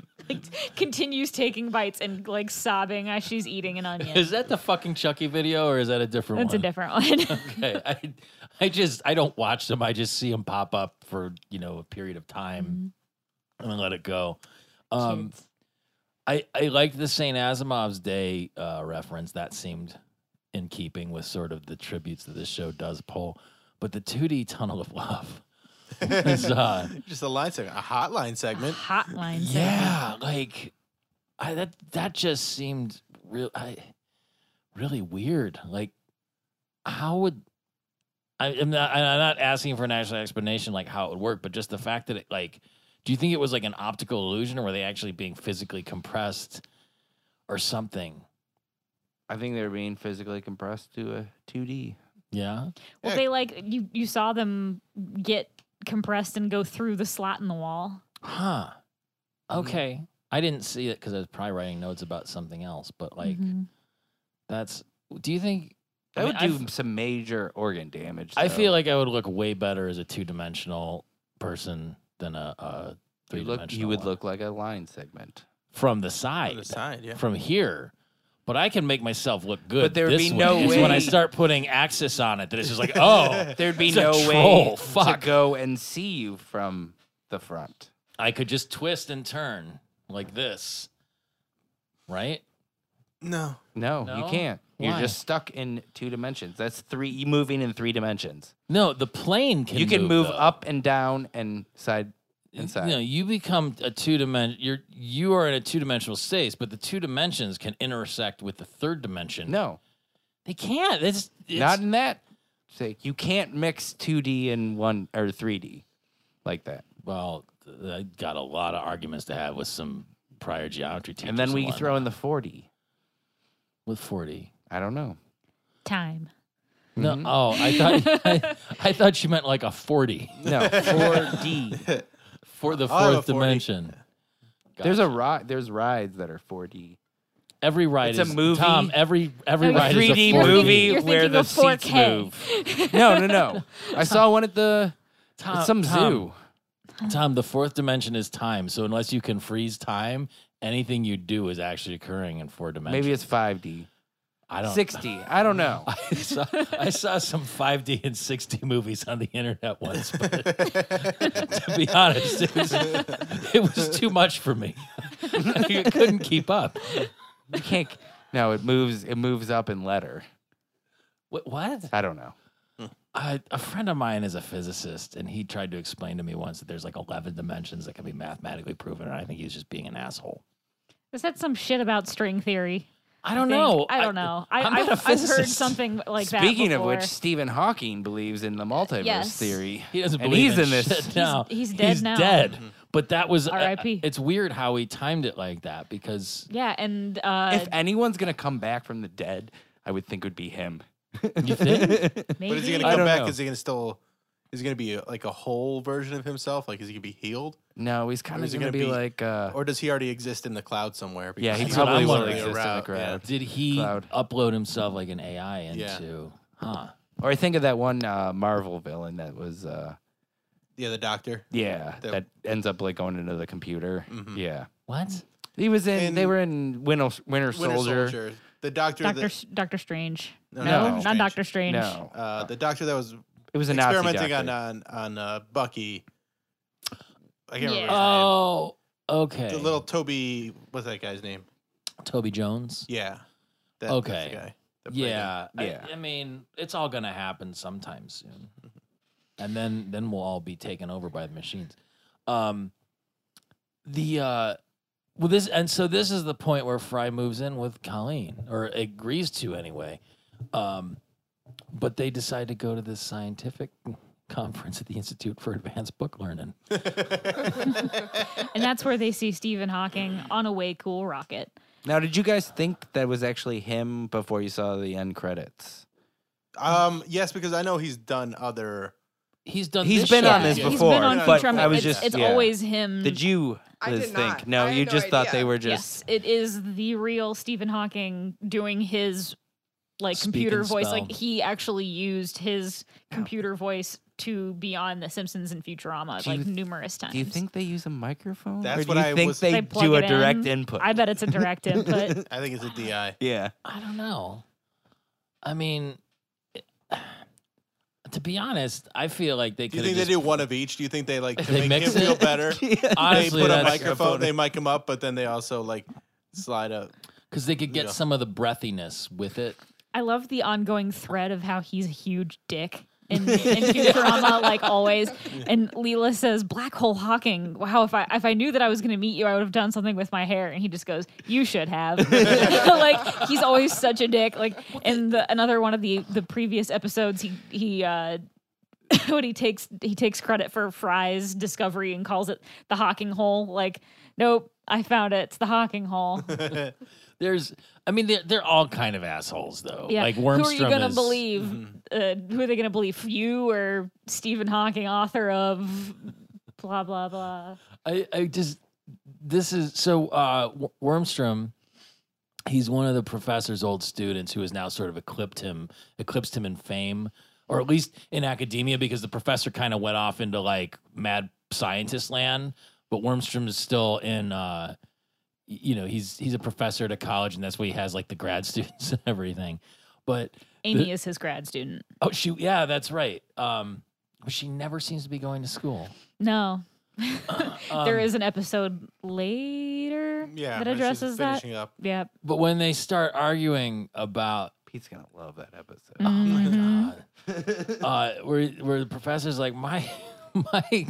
Speaker 1: (laughs) like, continues taking bites and like sobbing as she's eating an onion.
Speaker 2: Is that the fucking Chucky video or is that a different
Speaker 1: That's a
Speaker 2: one?
Speaker 1: different one. (laughs)
Speaker 2: okay. (laughs) I, I just I don't watch them. I just see them pop up for you know a period of time, and then let it go. Um,
Speaker 1: Kids.
Speaker 2: I I liked the Saint Asimov's Day uh, reference. That seemed in keeping with sort of the tributes that this show does pull. But the 2D Tunnel of Love
Speaker 3: (laughs)
Speaker 2: is uh,
Speaker 3: Just a line segment, a hotline
Speaker 4: (laughs)
Speaker 3: segment.
Speaker 1: Hotline.
Speaker 2: yeah, like I that that just seemed real I really weird. Like how would I, I'm not and I'm not asking for an actual explanation like how it would work, but just the fact that it like do you think it was like an optical illusion or were they actually being physically compressed or something?
Speaker 4: I think they were being physically compressed to a 2D.
Speaker 2: Yeah.
Speaker 1: Well,
Speaker 3: Yeah.
Speaker 1: they like you. You saw them get compressed and go through the slot in the wall.
Speaker 2: Huh. Okay. I didn't see it because I was probably writing notes about something else, but like
Speaker 1: Mhm.
Speaker 2: that's do you think
Speaker 4: That
Speaker 2: I mean,
Speaker 4: would
Speaker 2: I
Speaker 4: do some major organ damage.
Speaker 2: I
Speaker 4: though.
Speaker 2: feel like I would look way better as a two dimensional person than a, a three
Speaker 4: you, look,
Speaker 2: dimensional.
Speaker 4: you would look like a line segment.
Speaker 2: from the side,
Speaker 3: Other side, yeah.
Speaker 2: from here. But I can make myself look good.
Speaker 4: there would
Speaker 2: this
Speaker 4: be
Speaker 2: way.
Speaker 4: no
Speaker 2: It's when I
Speaker 4: way-
Speaker 2: start putting axis on it that it's just
Speaker 4: (laughs)
Speaker 2: like, oh,
Speaker 4: (laughs) There'd be
Speaker 2: It's a
Speaker 4: no
Speaker 2: troll,
Speaker 4: way
Speaker 2: fuck.
Speaker 4: to go and see you from the front.
Speaker 2: I could just twist and turn like this, right?
Speaker 3: No.
Speaker 4: No,
Speaker 2: No?
Speaker 4: you can't. You're
Speaker 2: Why?
Speaker 4: just stuck in two dimensions. That's three you moving in three dimensions.
Speaker 2: No, the plane can.
Speaker 4: you can move,
Speaker 2: though.
Speaker 4: up and down and side and side.
Speaker 2: No, you become a two dimension. You're you are in a two dimensional space, but the two dimensions can intersect with the third dimension.
Speaker 4: no,
Speaker 2: they can't. It's, it's
Speaker 4: not in that sake. You can't mix 2D and one or 3D like that.
Speaker 2: Well, th- I got a lot of arguments to have with some prior geometry teachers.
Speaker 4: And then we
Speaker 2: along
Speaker 4: throw in the 4D.
Speaker 2: with forty.
Speaker 4: I don't know.
Speaker 1: Time.
Speaker 2: No, oh, I thought (laughs) I, I thought you meant like a forty
Speaker 4: No, (laughs) 4D.
Speaker 2: for
Speaker 4: Oh,
Speaker 2: the
Speaker 3: I'll have a
Speaker 2: fourth
Speaker 3: 40.
Speaker 2: dimension.
Speaker 4: There's a ride. There's rides that are 4D.
Speaker 2: Every ride
Speaker 4: it's a
Speaker 2: is
Speaker 4: movie.
Speaker 2: Tom. Every every
Speaker 1: No, you're
Speaker 2: ride is a
Speaker 4: 3D
Speaker 2: 4D.
Speaker 4: movie
Speaker 1: You're
Speaker 4: where
Speaker 1: thinking
Speaker 4: the
Speaker 1: of
Speaker 4: seats
Speaker 1: 4K. (laughs)
Speaker 4: move. No, no, no. I saw one at the
Speaker 2: Tom,
Speaker 4: at some
Speaker 2: Tom,
Speaker 4: zoo.
Speaker 2: Tom, the fourth dimension is time. So unless you can freeze time, anything you do is actually occurring in four dimensions.
Speaker 4: Maybe it's 5D.
Speaker 2: I don't.
Speaker 4: 60. I don't know.
Speaker 2: (laughs) I saw, I saw some 5D and 6D movies on the internet once, but (laughs) to be honest, it was, it was too much for me. (laughs) I couldn't keep up.
Speaker 4: You can't. No, it moves. It moves up in letter.
Speaker 2: What? what?
Speaker 4: I don't know.
Speaker 2: I, a friend of mine is a physicist, and he tried to explain to me once that there's like 11 dimensions that can be mathematically proven, and I think he's just being an asshole.
Speaker 1: Is that some shit about string theory?
Speaker 2: I don't
Speaker 1: think?
Speaker 2: know.
Speaker 1: I don't know. I,
Speaker 2: I'm
Speaker 1: I've,
Speaker 2: not a
Speaker 1: I've heard
Speaker 2: physicist.
Speaker 1: something like that.
Speaker 4: Speaking of which,
Speaker 1: before.
Speaker 4: Stephen Hawking believes in the multiverse
Speaker 1: Yes.
Speaker 4: theory.
Speaker 2: He doesn't
Speaker 4: And
Speaker 2: believe
Speaker 4: he's in this.
Speaker 2: shit
Speaker 4: He's-
Speaker 2: now.
Speaker 1: he's dead now.
Speaker 2: dead. But that was uh,
Speaker 1: R.I.P..
Speaker 2: It's weird how he timed it like that because
Speaker 1: yeah, and uh,
Speaker 4: If anyone's gonna come back from the dead, I would think would
Speaker 1: (laughs)
Speaker 4: be him.
Speaker 2: you
Speaker 4: (laughs)
Speaker 2: think
Speaker 1: maybe
Speaker 3: But is he
Speaker 4: I
Speaker 3: gonna come
Speaker 4: don't
Speaker 3: back?
Speaker 4: know.
Speaker 3: Is he gonna still? Is he gonna be uh, like a whole version of himself? Like, is he gonna be healed,
Speaker 4: No, he's kind of
Speaker 3: Who's it
Speaker 4: gonna,
Speaker 3: gonna
Speaker 4: be,
Speaker 3: be?
Speaker 4: like. Uh,
Speaker 3: or does he already exist in the cloud somewhere?
Speaker 4: yeah, he
Speaker 3: Because
Speaker 2: what
Speaker 4: probably
Speaker 2: I'm
Speaker 4: will
Speaker 2: wondering.
Speaker 4: exist in the
Speaker 3: Around, yeah.
Speaker 4: crowd.
Speaker 2: did he
Speaker 4: Cloud.
Speaker 2: upload himself like an AI
Speaker 3: Yeah.
Speaker 2: into? Huh.
Speaker 4: Or I think of that one uh, Marvel villain that was uh,
Speaker 3: the other doctor.
Speaker 4: Yeah,
Speaker 3: The-
Speaker 4: that ends up like going into the computer.
Speaker 3: Mm-hmm.
Speaker 4: Yeah,
Speaker 2: What?
Speaker 4: he was in. they
Speaker 3: And-
Speaker 4: were in Winter, Winter,
Speaker 3: Winter
Speaker 4: Soldier.
Speaker 3: Soldier. The doctor.
Speaker 1: Doctor
Speaker 3: That,
Speaker 1: S- Doctor Strange.
Speaker 3: No,
Speaker 1: No,
Speaker 4: no,
Speaker 1: not
Speaker 3: Strange.
Speaker 1: Doctor Strange.
Speaker 4: No,
Speaker 3: uh, the doctor that was
Speaker 4: it was a Nazi
Speaker 3: experimenting on
Speaker 4: doctor.
Speaker 3: on on uh, Bucky. I can't
Speaker 1: Yeah.
Speaker 3: remember. his name.
Speaker 2: Oh, okay.
Speaker 3: The little Toby. What's that guy's name?
Speaker 2: Toby Jones.
Speaker 3: Yeah. That, that's the
Speaker 2: Okay.
Speaker 3: guy that played him.
Speaker 2: Yeah, I-
Speaker 4: Yeah.
Speaker 2: I, mean, it's all gonna happen sometime soon, (laughs) and then then we'll all be taken over by the machines. Um, the uh, well, this and so this is the point where Fry moves in with Colleen or agrees to anyway. Um, but they decide to go to this scientific conference at the Institute for Advanced Book Learning.
Speaker 3: (laughs)
Speaker 1: And that's where they see Stephen Hawking on a way cool rocket.
Speaker 4: Now, did you guys think that was actually him before you saw the end credits?
Speaker 3: Um. Yes, because I know he's done other.
Speaker 2: He's done.
Speaker 4: He's
Speaker 2: this
Speaker 4: been
Speaker 2: show.
Speaker 4: on this
Speaker 1: He's
Speaker 4: before,
Speaker 1: been on
Speaker 4: but
Speaker 1: Futurama.
Speaker 4: I was
Speaker 1: it's
Speaker 4: just
Speaker 1: it's
Speaker 4: yeah.
Speaker 1: always him.
Speaker 4: Did you
Speaker 5: Mm. I
Speaker 4: Liz,
Speaker 5: did
Speaker 4: think?
Speaker 5: not.
Speaker 4: No,
Speaker 5: I had
Speaker 4: you
Speaker 5: no
Speaker 4: just thought
Speaker 5: idea.
Speaker 4: they were
Speaker 1: yes,
Speaker 4: just
Speaker 1: it is the real Stephen Hawking doing his like
Speaker 2: Speak
Speaker 1: computer
Speaker 2: and
Speaker 1: voice.
Speaker 2: spell.
Speaker 1: Like he actually used his computer voice to be on The Simpsons and Futurama
Speaker 4: Do you
Speaker 1: like
Speaker 4: th-
Speaker 1: numerous times.
Speaker 4: Do you think they use a microphone?
Speaker 3: That's
Speaker 4: or do
Speaker 3: what
Speaker 4: you
Speaker 3: I
Speaker 4: think
Speaker 3: was-
Speaker 4: they,
Speaker 1: They plug
Speaker 4: do a
Speaker 1: it
Speaker 4: direct
Speaker 1: in?
Speaker 4: input?
Speaker 1: I bet it's a direct
Speaker 4: (laughs)
Speaker 1: input.
Speaker 3: I think it's a
Speaker 2: (sighs)
Speaker 3: DI.
Speaker 4: Yeah.
Speaker 2: I don't know. I mean, (sighs) it- to be honest, I feel like they
Speaker 3: Do you
Speaker 2: could.
Speaker 3: think they do one of each? Do you think they like to
Speaker 2: They
Speaker 3: make
Speaker 2: mix
Speaker 3: him feel (laughs)
Speaker 2: it? (laughs)
Speaker 4: (laughs)
Speaker 3: better?
Speaker 2: Honestly,
Speaker 3: they put a
Speaker 2: that's-
Speaker 3: microphone. They mic him up, but then they also like slide up.
Speaker 2: because they could get
Speaker 3: Yeah.
Speaker 2: some of the breathiness with it.
Speaker 1: I love the ongoing thread of how he's a huge dick in, in Futurama, like always. And Leela says, "Black hole Hawking. Wow, if I if I knew that I was going to meet you, I would have done something with my hair." And he just goes, "You should have." (laughs) like he's always such a dick. Like in the another one of the the previous episodes, he he. uh (laughs) when he takes he takes credit for Fry's discovery and calls it the Hawking hole. Like, nope, I found it. It's the Hawking hole.
Speaker 2: There's, I mean, they're, they're all kind of assholes though.
Speaker 1: Yeah.
Speaker 2: Like Wormstrom
Speaker 1: Who are you gonna
Speaker 2: is- Mm-hmm.
Speaker 1: believe? Uh, who are they going to believe? You or Stephen Hawking, author of blah blah blah.
Speaker 2: I, I just this is so uh W- Wormstrom he's one of the professor's old students who has now sort of eclipsed him eclipsed him in fame or at least in academia because the professor kind of went off into like mad scientist land but Wormstrom is still in uh y- you know he's he's a professor at a college and that's why he has like the grad (laughs) students and everything but
Speaker 1: Amy
Speaker 2: The-
Speaker 1: is his grad student.
Speaker 2: oh she yeah that's right um but she never seems to be going to school
Speaker 1: No, (laughs) there
Speaker 2: Um,
Speaker 1: is an episode later
Speaker 3: Yeah,
Speaker 1: that
Speaker 3: when she's
Speaker 1: addresses that.
Speaker 3: finishing up. (laughs)
Speaker 1: Yeah,
Speaker 2: but when they start arguing about
Speaker 4: Pete's gonna love that episode.
Speaker 2: Oh my
Speaker 1: Mhm.
Speaker 2: god.
Speaker 4: Mm-hmm.
Speaker 2: uh, (laughs) where where the professor's like my (laughs) my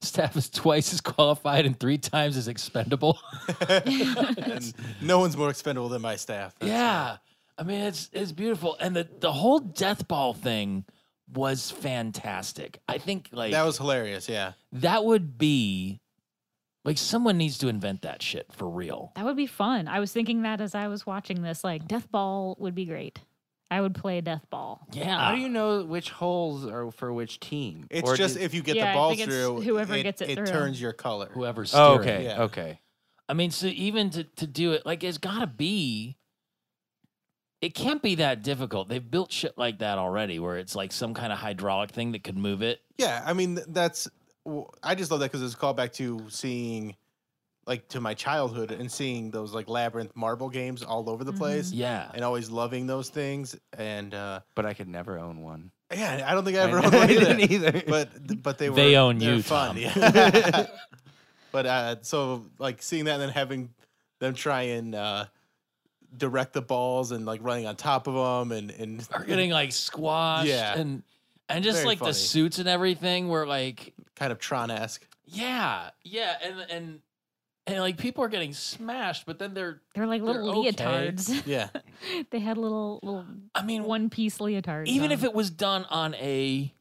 Speaker 2: staff is twice as qualified and three times as expendable. (laughs)
Speaker 1: (laughs)
Speaker 3: And no one's more expendable than my staff.
Speaker 2: yeah. I mean it's it's beautiful and the the whole death ball thing was fantastic. I think like
Speaker 3: That was hilarious. Yeah.
Speaker 2: that would be like someone needs to invent that shit for real.
Speaker 1: that would be fun. I was thinking that as I was watching this. Like, Death Ball would be great. I would play Death Ball.
Speaker 2: Yeah.
Speaker 5: Ah.
Speaker 4: How do you know which holes are for which team?
Speaker 3: It's
Speaker 4: Or
Speaker 3: just
Speaker 4: did-
Speaker 3: if you get
Speaker 1: Yeah, I
Speaker 3: the ball
Speaker 1: think it's
Speaker 3: through,
Speaker 1: whoever gets it through.
Speaker 3: turns your color.
Speaker 2: whoever's
Speaker 4: oh,
Speaker 2: steering.
Speaker 4: okay,
Speaker 3: Yeah.
Speaker 4: okay.
Speaker 2: I mean, so even to, to do it, like it's got to be. It can't be that difficult. They've built shit like that already, where it's like some kind of hydraulic thing that could move it.
Speaker 3: Yeah, I mean th- that's w- I just love that because it's a callback to seeing like to my childhood and seeing those like labyrinth marble games all over the
Speaker 1: Mm-hmm.
Speaker 3: place
Speaker 2: Yeah,
Speaker 3: Mm-hmm. and always loving those things and uh
Speaker 4: But I could never own one.
Speaker 3: yeah, I don't think I ever (laughs)
Speaker 4: I
Speaker 3: owned one
Speaker 2: (laughs)
Speaker 4: didn't
Speaker 3: either.
Speaker 4: either.
Speaker 3: But th- but they were
Speaker 2: They own
Speaker 3: they're
Speaker 2: you,
Speaker 3: fun.
Speaker 2: Tom.
Speaker 3: yeah. (laughs) but uh so like seeing that and then having them try and uh direct the balls and like running on top of them and and
Speaker 2: are getting like squashed
Speaker 3: Yeah.
Speaker 2: and and just
Speaker 3: Very
Speaker 2: like
Speaker 3: funny.
Speaker 2: the suits and everything were like,
Speaker 3: kind of Tron-esque.
Speaker 2: yeah, yeah, and and and like people are getting smashed, but then they're,
Speaker 1: They're like little
Speaker 2: They're okay.
Speaker 1: leotards. (laughs)
Speaker 3: Yeah.
Speaker 1: they had little little
Speaker 2: I mean,
Speaker 1: one piece leotards.
Speaker 2: even if
Speaker 1: on.
Speaker 2: it was done on a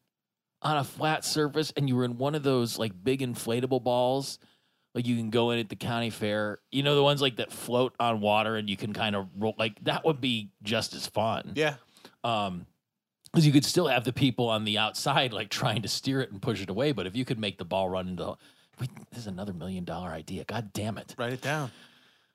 Speaker 2: on a flat surface and you were in one of those like big inflatable balls like you can go in at the county fair you know the ones like that float on water and you can kind of roll like that would be just as fun
Speaker 3: Yeah.
Speaker 2: um because you could still have the people on the outside like trying to steer it and push it away but if you could make the ball run into Wait, this is another million dollar idea god damn it
Speaker 3: Write it down.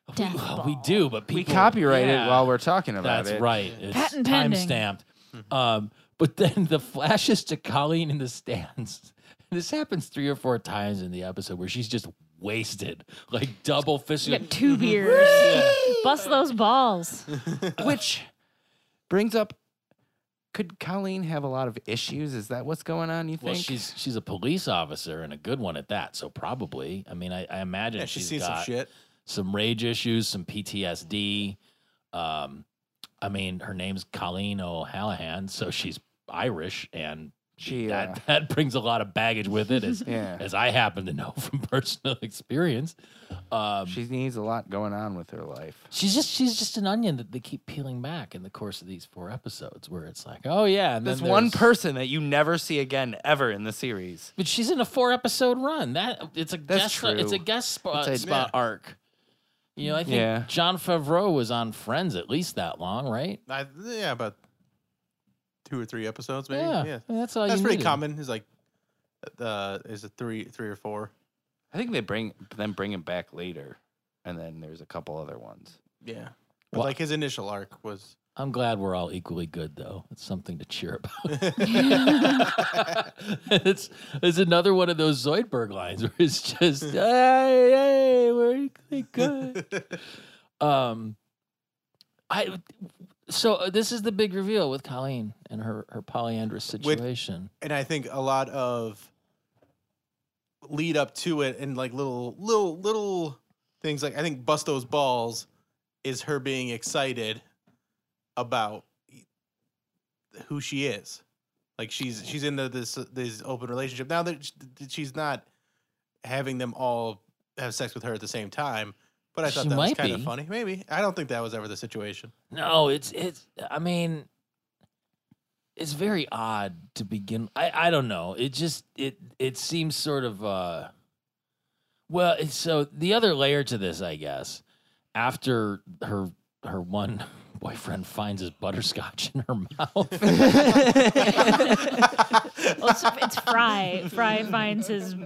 Speaker 2: we,
Speaker 1: Death
Speaker 2: well, we
Speaker 1: ball.
Speaker 2: do but people
Speaker 4: we copyright
Speaker 2: Yeah.
Speaker 4: it while we're talking about
Speaker 2: That's
Speaker 4: it.
Speaker 2: right. It's
Speaker 1: Patent
Speaker 2: time
Speaker 1: pending.
Speaker 2: stamped. Um, but then the flashes to Colleen in the stands (laughs) This happens three or four times in the episode where she's just wasted, like double
Speaker 1: You
Speaker 2: fisted.
Speaker 1: got
Speaker 2: (laughs)
Speaker 1: two
Speaker 4: Mm-hmm.
Speaker 1: beers. Bust those balls.
Speaker 4: Which brings up could Colleen have a lot of issues? Is that what's going on, you
Speaker 2: Well,
Speaker 4: think?
Speaker 2: she's she's a police officer and a good one at that, so probably. I mean, I, I imagine
Speaker 3: Yeah, she's seen
Speaker 2: she's
Speaker 3: some
Speaker 2: got
Speaker 3: shit.
Speaker 2: some rage issues, some PTSD. Um, I mean, her name's Colleen O'Hallahan, so she's Irish, and
Speaker 4: She, uh,
Speaker 2: that that brings a lot of baggage with it, as (laughs)
Speaker 4: (laughs) Yeah.
Speaker 2: as I happen to know from personal experience. Um,
Speaker 4: she needs a lot going on with her life.
Speaker 2: she's just she's just an onion that they keep peeling back in the course of these four episodes, where it's like, oh yeah, and then
Speaker 4: This one
Speaker 2: there's-
Speaker 4: person that you never see again ever in the series.
Speaker 2: But she's in a four episode run. That it's a
Speaker 4: That's
Speaker 2: guest it's a
Speaker 4: true.
Speaker 2: guest spot,
Speaker 4: It's a-
Speaker 2: spot arc. You know, I think
Speaker 4: Yeah.
Speaker 2: John Favreau was on Friends at least that long, right?
Speaker 3: I, yeah, about two or three episodes, maybe.
Speaker 2: Yeah,
Speaker 3: Yeah,
Speaker 2: I mean, that's all.
Speaker 3: that's
Speaker 2: you
Speaker 3: pretty
Speaker 2: needed.
Speaker 3: common. Is like, uh, is it three, three or four?
Speaker 4: I think they bring them bring him back later, and then there's a couple other ones.
Speaker 3: Yeah, but
Speaker 2: Well-
Speaker 3: like his initial arc was.
Speaker 2: I'm glad we're all equally good, though. It's something to cheer (laughs) about. (laughs) it's it's another one of those Zoidberg lines where it's just, hey, hey, we're equally
Speaker 3: (laughs)
Speaker 2: good. um, I so uh, this is the big reveal with Colleen and her her polyandrous
Speaker 3: With-
Speaker 2: situation.
Speaker 3: (laughs) and I think a lot of lead up to it and like little little little things like I think bust those balls is her being excited about who she is. Like she's she's into this this open relationship now that sh- that she's not having them all have sex with her at the same time. But I thought
Speaker 2: She
Speaker 3: that was
Speaker 2: might
Speaker 3: kind of
Speaker 2: be.
Speaker 3: funny. Maybe I don't think that was ever the situation.
Speaker 2: No, it's it's. I mean, it's very odd to begin. I I don't know. It just it it seems sort of uh. Well, it's, so the other layer to this, I guess, after her her one (laughs) boyfriend finds his butterscotch in her mouth, (laughs)
Speaker 1: Well, it's, it's Fry. Fry finds his. Uh,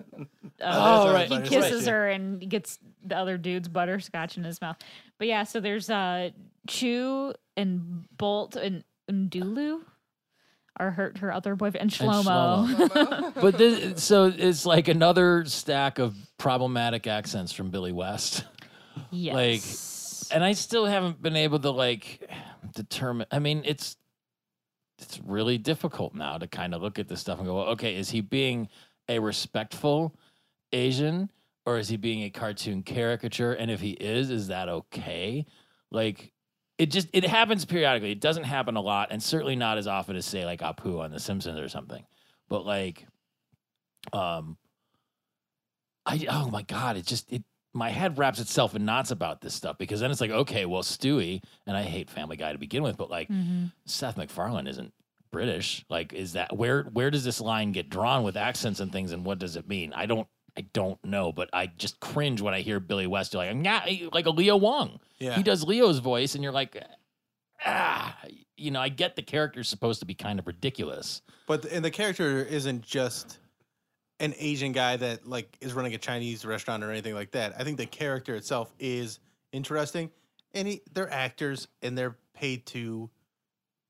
Speaker 2: Oh, right,
Speaker 1: He
Speaker 2: right,
Speaker 1: kisses
Speaker 3: yeah.
Speaker 1: her and gets the other dude's butterscotch in his mouth. But yeah, so there's uh, Chew and Bolt and Ndulu are her, her other boyfriend, and Shlomo.
Speaker 2: Shlomo. but this, so it's like another stack of problematic accents from Billy West.
Speaker 1: (laughs) yes.
Speaker 2: and I still haven't been able to like determine. I mean, it's it's really difficult now to kind of look at this stuff and go, well, okay, is he being a respectful Asian or is he being a cartoon caricature? And if he is, is that okay? Like, it just it happens periodically. It doesn't happen a lot, and certainly not as often as say like Apu on The Simpsons or something. But like, um, I oh my god, it just it my head wraps itself in knots about this stuff because then it's like, okay, well, Stewie, and I hate Family Guy to begin with, but like
Speaker 1: Mhm.
Speaker 2: Seth MacFarlane isn't British. Like, is that where where does this line get drawn with accents and things, and what does it mean? I don't I don't know, but I just cringe when I hear Billy West do, like I'm not like a Leo Wong.
Speaker 3: Yeah,
Speaker 2: He does Leo's voice, and you're like, ah, you know, I get the character's supposed to be kind of ridiculous.
Speaker 3: But th- and the character isn't just an Asian guy that like is running a Chinese restaurant or anything like that. I think the character itself is interesting, and he, they're actors and they're paid to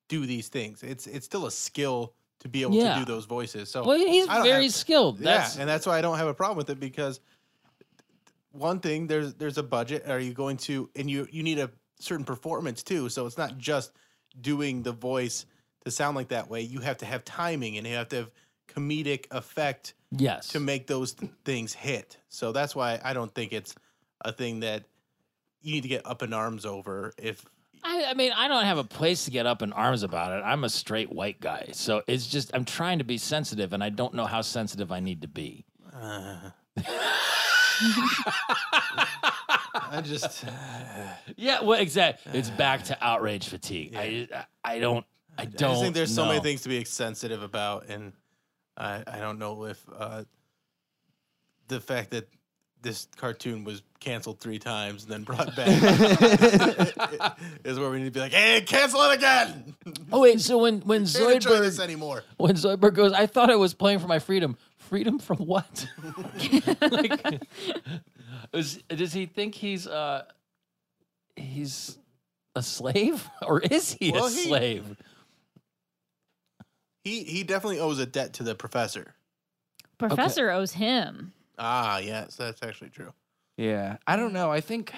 Speaker 3: do these things. It's it's still a skill to be able
Speaker 2: Yeah.
Speaker 3: to do those voices. So
Speaker 2: Well, he's
Speaker 3: I don't
Speaker 2: very
Speaker 3: have-
Speaker 2: skilled. That's
Speaker 3: yeah, and that's why I don't have a problem with it because one thing there's there's a budget. Are you going to and you you need a certain performance too. So it's not just doing the voice to sound like that way. You have to have timing and you have to have comedic effect
Speaker 2: yes.
Speaker 3: to make those th- things hit. So that's why I don't think it's a thing that you need to get up in arms over if
Speaker 2: I, I mean, I don't have a place to get up in arms about it. I'm a straight white guy. So it's just, I'm trying to be sensitive and I don't know how sensitive I need to be.
Speaker 3: I just
Speaker 2: Yeah, well, exactly. It's back to outrage fatigue. (sighs) I, I don't,
Speaker 3: I
Speaker 2: I don't.
Speaker 3: just think there's so many
Speaker 2: know.
Speaker 3: things to be sensitive about, and I, I don't know if uh, the fact that this cartoon was canceled three times and then brought
Speaker 2: (laughs)
Speaker 3: back is where we need to be like, hey, cancel it again.
Speaker 2: Oh, wait. So when, when
Speaker 3: They don't enjoy this
Speaker 2: Zoidberg,
Speaker 3: anymore.
Speaker 2: when Zoidberg goes, I thought I was playing for my freedom. Freedom from what? (laughs) like, is, does he think he's, uh, he's a slave (laughs) or is he
Speaker 3: Well,
Speaker 2: a
Speaker 3: he-
Speaker 2: slave?
Speaker 3: He he definitely owes a debt to the professor.
Speaker 1: Professor owes him.
Speaker 3: Ah, yes, that's actually true.
Speaker 4: Yeah, I don't know. I think,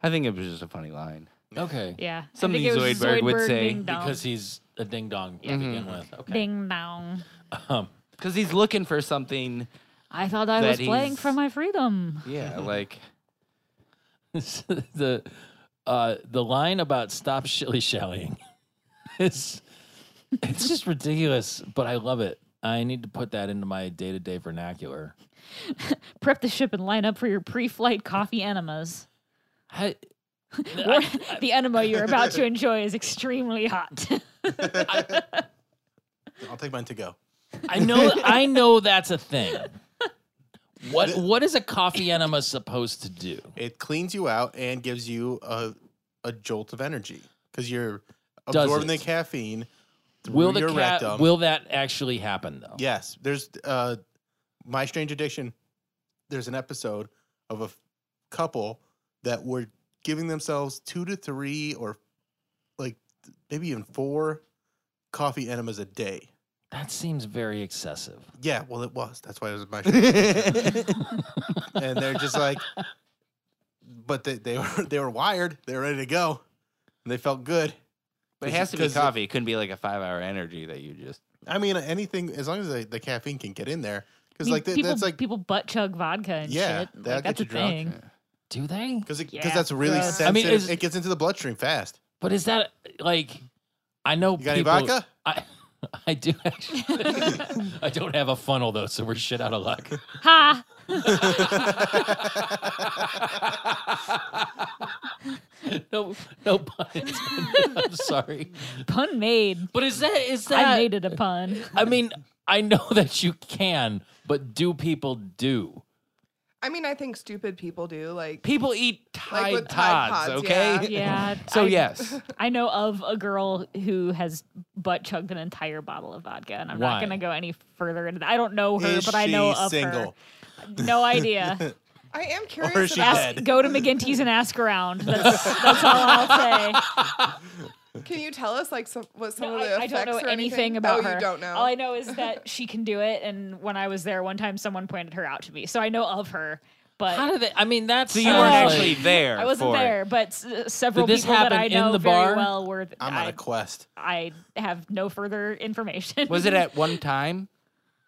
Speaker 4: I think it was just a funny line.
Speaker 2: Okay.
Speaker 1: Yeah. I
Speaker 4: Something
Speaker 1: think it was
Speaker 4: Zoidberg would say,
Speaker 1: ding dong.
Speaker 2: Because he's a ding dong to begin with. Okay.
Speaker 1: ding dong.
Speaker 2: Um,
Speaker 4: Because he's looking for something.
Speaker 1: I thought I
Speaker 4: That
Speaker 1: was playing for
Speaker 4: he's-
Speaker 1: my freedom.
Speaker 2: (laughs)
Speaker 4: Yeah, like
Speaker 2: the uh, the line about stop shilly shallying (laughs) is it's just ridiculous, but I love it. I need to put that into my day to day vernacular.
Speaker 1: Prep the ship and line up for your pre-flight
Speaker 3: (laughs)
Speaker 1: coffee enemas.
Speaker 2: I,
Speaker 1: Or (laughs) the enema you're about to enjoy is extremely hot. (laughs)
Speaker 3: I'll take mine to go.
Speaker 1: (laughs)
Speaker 2: I know I know that's a thing. What what is a coffee enema supposed to do?
Speaker 3: It cleans you out and gives you a a jolt of energy because you're
Speaker 2: Does
Speaker 3: absorbing
Speaker 2: it?
Speaker 3: the caffeine through
Speaker 2: Will the
Speaker 3: your
Speaker 2: cat,
Speaker 3: rectum.
Speaker 2: will that actually happen though?
Speaker 3: yes, there's uh, my strange addiction. There's an episode of a f- couple that were giving themselves two to three or like th- maybe even four coffee enemas a day.
Speaker 2: That seems
Speaker 3: (laughs)
Speaker 2: very excessive.
Speaker 3: Yeah, well, it was. That's why it (laughs) was my. and they're just like, but they, they were they were wired. They were ready to go. And they felt good.
Speaker 4: but it
Speaker 3: Is it
Speaker 4: has to be
Speaker 3: 'cause it-
Speaker 4: coffee. It couldn't be like a five-hour energy that you just.
Speaker 3: I mean, anything as long as the, the caffeine can get in there, because
Speaker 1: I mean,
Speaker 3: like th-
Speaker 1: people,
Speaker 3: that's like
Speaker 1: people butt chug vodka and
Speaker 3: Yeah,
Speaker 1: shit.
Speaker 3: that'll
Speaker 1: Like,
Speaker 3: get
Speaker 1: that's a
Speaker 3: you drunk.
Speaker 1: thing.
Speaker 2: Do they?
Speaker 3: because because
Speaker 1: Yeah,
Speaker 3: that's really
Speaker 1: gross.
Speaker 3: sensitive.
Speaker 2: I mean, is-
Speaker 3: it gets into the bloodstream fast.
Speaker 2: But is that like I know
Speaker 3: You got
Speaker 2: people,
Speaker 3: any vodka?
Speaker 2: I (laughs) I do actually (laughs) I don't have a funnel though, so we're shit out of luck. (laughs)
Speaker 1: Ha!
Speaker 2: No no pun intended. (laughs) I'm sorry.
Speaker 1: Pun made.
Speaker 2: But is that is that
Speaker 1: I made it a pun.
Speaker 2: (laughs) I mean, I know that you can, but do people do?
Speaker 5: I mean, I think stupid people do like
Speaker 4: People eat Tide,
Speaker 5: with Tide
Speaker 4: Pods,
Speaker 5: Pods,
Speaker 4: okay?
Speaker 1: Yeah.
Speaker 4: So
Speaker 1: I,
Speaker 4: (laughs) yes,
Speaker 1: I know of a girl who has butt chugged an entire bottle of vodka, and I'm
Speaker 2: Why?
Speaker 1: not going to go any further into that. I don't know her,
Speaker 3: Is
Speaker 1: but I
Speaker 3: she
Speaker 1: know of
Speaker 3: single?
Speaker 1: her. No idea.
Speaker 3: (laughs)
Speaker 5: I am curious.
Speaker 3: she
Speaker 5: about,
Speaker 3: dead?
Speaker 1: ask, go to McGinty's and ask
Speaker 3: (laughs)
Speaker 1: around. That's, that's all I'll say.
Speaker 5: Can you tell us like some what some
Speaker 1: No,
Speaker 5: of the
Speaker 1: I, I
Speaker 5: effects
Speaker 1: don't know
Speaker 5: or
Speaker 1: anything, about
Speaker 5: oh,
Speaker 1: her.
Speaker 5: You don't know.
Speaker 1: All I know is that (laughs) she can do it, and when I was there one time, someone pointed her out to me, so I know of her. But
Speaker 2: How do they? I mean, that's
Speaker 4: so you weren't
Speaker 1: Uh,
Speaker 4: actually there.
Speaker 1: I wasn't
Speaker 4: for it.
Speaker 1: there, but s- uh, several
Speaker 2: Did this
Speaker 1: people that I
Speaker 2: happen in
Speaker 1: know
Speaker 2: the
Speaker 1: very
Speaker 2: bar?
Speaker 1: well were. th-
Speaker 3: I'm on
Speaker 1: I,
Speaker 3: a quest.
Speaker 1: I have no further (laughs) information. (laughs)
Speaker 4: Was it at one time?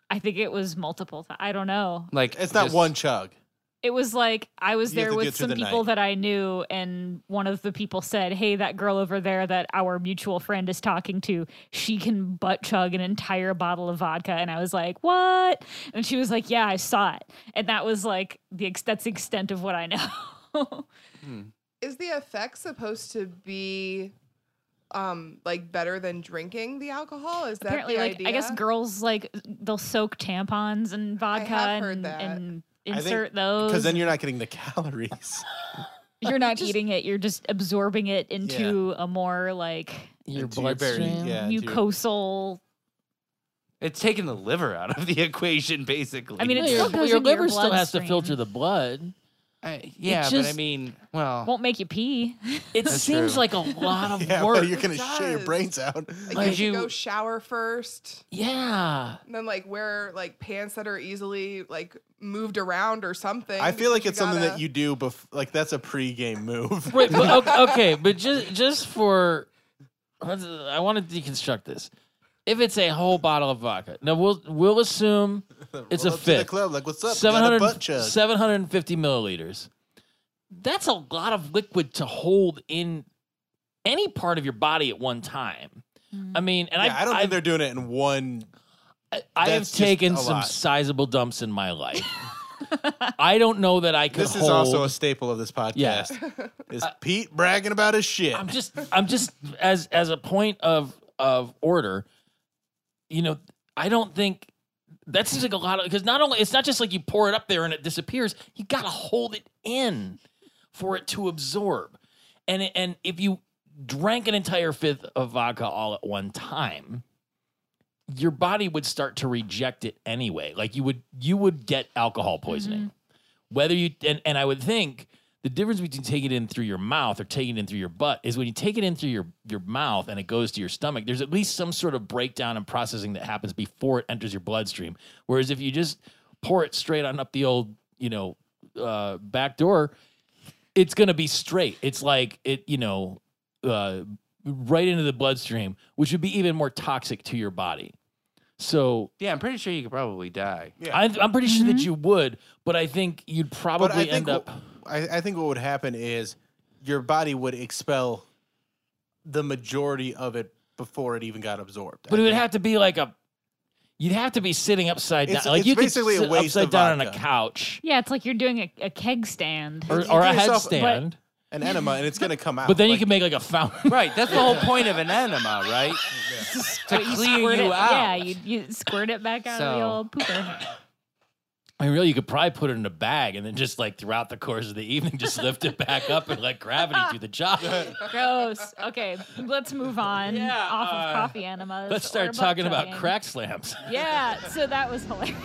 Speaker 1: I think it was multiple. times. I don't know.
Speaker 4: Like
Speaker 3: It's not
Speaker 4: just-
Speaker 3: one chug.
Speaker 1: It was like I was
Speaker 3: You have
Speaker 1: there
Speaker 3: to do
Speaker 1: with
Speaker 3: it through
Speaker 1: some
Speaker 3: the
Speaker 1: people
Speaker 3: night.
Speaker 1: that I knew, and one of the people said, "Hey, that girl over there that our mutual friend is talking to, she can butt chug an entire bottle of vodka." And I was like, "What?" And she was like, "Yeah, I saw it." And that was like the ex- that's the extent of what I know. (laughs)
Speaker 5: is the effect supposed to be um like better than drinking the alcohol? Is that
Speaker 1: Apparently,
Speaker 5: the
Speaker 1: like
Speaker 5: idea?
Speaker 1: I guess girls like they'll soak tampons and vodka
Speaker 5: have heard
Speaker 1: and,
Speaker 5: that.
Speaker 1: and
Speaker 3: think-
Speaker 1: insert those.
Speaker 3: Because then you're not getting the (laughs) calories.
Speaker 1: you're not eating it; you're just absorbing it into a more like
Speaker 2: your
Speaker 3: Into your berry,
Speaker 2: bloodstream.
Speaker 3: yeah. into your-
Speaker 1: mucosal
Speaker 4: It's taking the liver out of the (laughs) equation, basically. Uh,
Speaker 1: I mean,
Speaker 2: Well,
Speaker 1: it
Speaker 2: your,
Speaker 1: still goes
Speaker 2: your
Speaker 1: into your
Speaker 2: liver still has to
Speaker 1: bloodstream.
Speaker 2: filter the blood.
Speaker 4: I- yeah, but I
Speaker 2: just-
Speaker 4: mean, well,
Speaker 1: won't make you pee.
Speaker 2: It
Speaker 4: That's
Speaker 2: seems
Speaker 4: true.
Speaker 2: like a lot of
Speaker 3: (laughs) (laughs) yeah,
Speaker 2: work.
Speaker 3: but you're gonna
Speaker 5: It
Speaker 3: shit your
Speaker 5: does.
Speaker 3: brains out.
Speaker 5: Like,
Speaker 2: Like,
Speaker 5: you, should go
Speaker 2: you-
Speaker 5: shower first,
Speaker 2: yeah.
Speaker 5: and then like wear like pants that are easily like moved around or something.
Speaker 3: I feel like
Speaker 5: because
Speaker 3: it's
Speaker 5: you
Speaker 3: something that
Speaker 5: gotta-
Speaker 3: you do. Bef- like that's a pre-game move.
Speaker 2: Wait, but, o- okay, but just just for let's- I want to deconstruct this. If it's a whole bottle of vodka, now we'll
Speaker 3: (laughs)
Speaker 2: we'll assume (laughs) it's
Speaker 3: Roll
Speaker 2: a
Speaker 3: up to the
Speaker 2: fifth.
Speaker 3: club. Like what's up? Got a
Speaker 2: 700,
Speaker 3: butt chug.
Speaker 2: 750 milliliters. That's a lot of liquid to hold in any part of your body at one time. I mean, and
Speaker 3: yeah, I
Speaker 2: I've,
Speaker 3: don't
Speaker 2: I
Speaker 3: think they're doing it in one.
Speaker 2: have I have
Speaker 3: that's just
Speaker 2: taken
Speaker 3: a
Speaker 2: some
Speaker 3: lot.
Speaker 2: sizable dumps in my life. I don't know that I could
Speaker 3: This
Speaker 2: hold.
Speaker 3: is also a staple of this podcast.
Speaker 2: (laughs)
Speaker 3: Is Pete bragging about his shit?
Speaker 2: I'm just I'm just as as a point of of order, you know, I don't think that seems like a lot of because not only it's not just like you pour it up there and it disappears, you gotta hold it in for it to absorb. And it- and if you drank an entire fifth of vodka all at one time, your body would start to reject it anyway. Like you would you would get alcohol poisoning. Whether you and, and I would think the difference between taking it in through your mouth or taking it in through your butt is when you take it in through your, your mouth and it goes to your stomach, there's at least some sort of breakdown and processing that happens before it enters your bloodstream. Whereas if you just pour it straight on up the old, you know, uh, back door, it's going to be straight. It's like it, you know, uh, right into the bloodstream, which would be even more toxic to your body. So
Speaker 4: Yeah, I'm pretty sure you could probably die.
Speaker 3: Yeah.
Speaker 2: I, I'm pretty sure that you would, but I think you'd probably
Speaker 3: Mm-hmm. but I think
Speaker 2: end up.
Speaker 3: wh- I, I think what would happen is your body would expel the majority of it before it even got absorbed.
Speaker 2: But
Speaker 3: I
Speaker 2: it would
Speaker 3: think.
Speaker 2: have to be like a. You'd have to be sitting upside down.
Speaker 3: It's-
Speaker 2: like
Speaker 3: it's
Speaker 2: you could sit
Speaker 3: basically a waste
Speaker 2: upside
Speaker 3: of
Speaker 2: down on a
Speaker 3: vodka.
Speaker 2: couch
Speaker 1: Yeah, it's like you're doing a, a keg stand.
Speaker 2: or,
Speaker 3: You
Speaker 2: or a
Speaker 3: give yourself-
Speaker 2: headstand. But,
Speaker 3: an enema and it's gonna come out.
Speaker 2: then you
Speaker 3: Like,
Speaker 2: can make like a fountain. (laughs)
Speaker 4: Right, that's the whole point of an enema, (laughs) right? to clear
Speaker 1: Squirt
Speaker 4: you
Speaker 1: it-
Speaker 4: out.
Speaker 1: Yeah, you, you squirt it back out of the
Speaker 4: So-
Speaker 1: old pooper.
Speaker 2: I mean, really, you could probably put it in a bag and then just like throughout the course of the evening, just lift it back up and let gravity do the job.
Speaker 1: Gross. Okay, let's move on
Speaker 2: Yeah,
Speaker 1: off of
Speaker 2: uh,
Speaker 1: coffee enemas.
Speaker 2: Let's
Speaker 1: or
Speaker 2: start
Speaker 1: butt
Speaker 2: talking about
Speaker 1: chugging.
Speaker 2: crack slams.
Speaker 1: Yeah, so that was hilarious.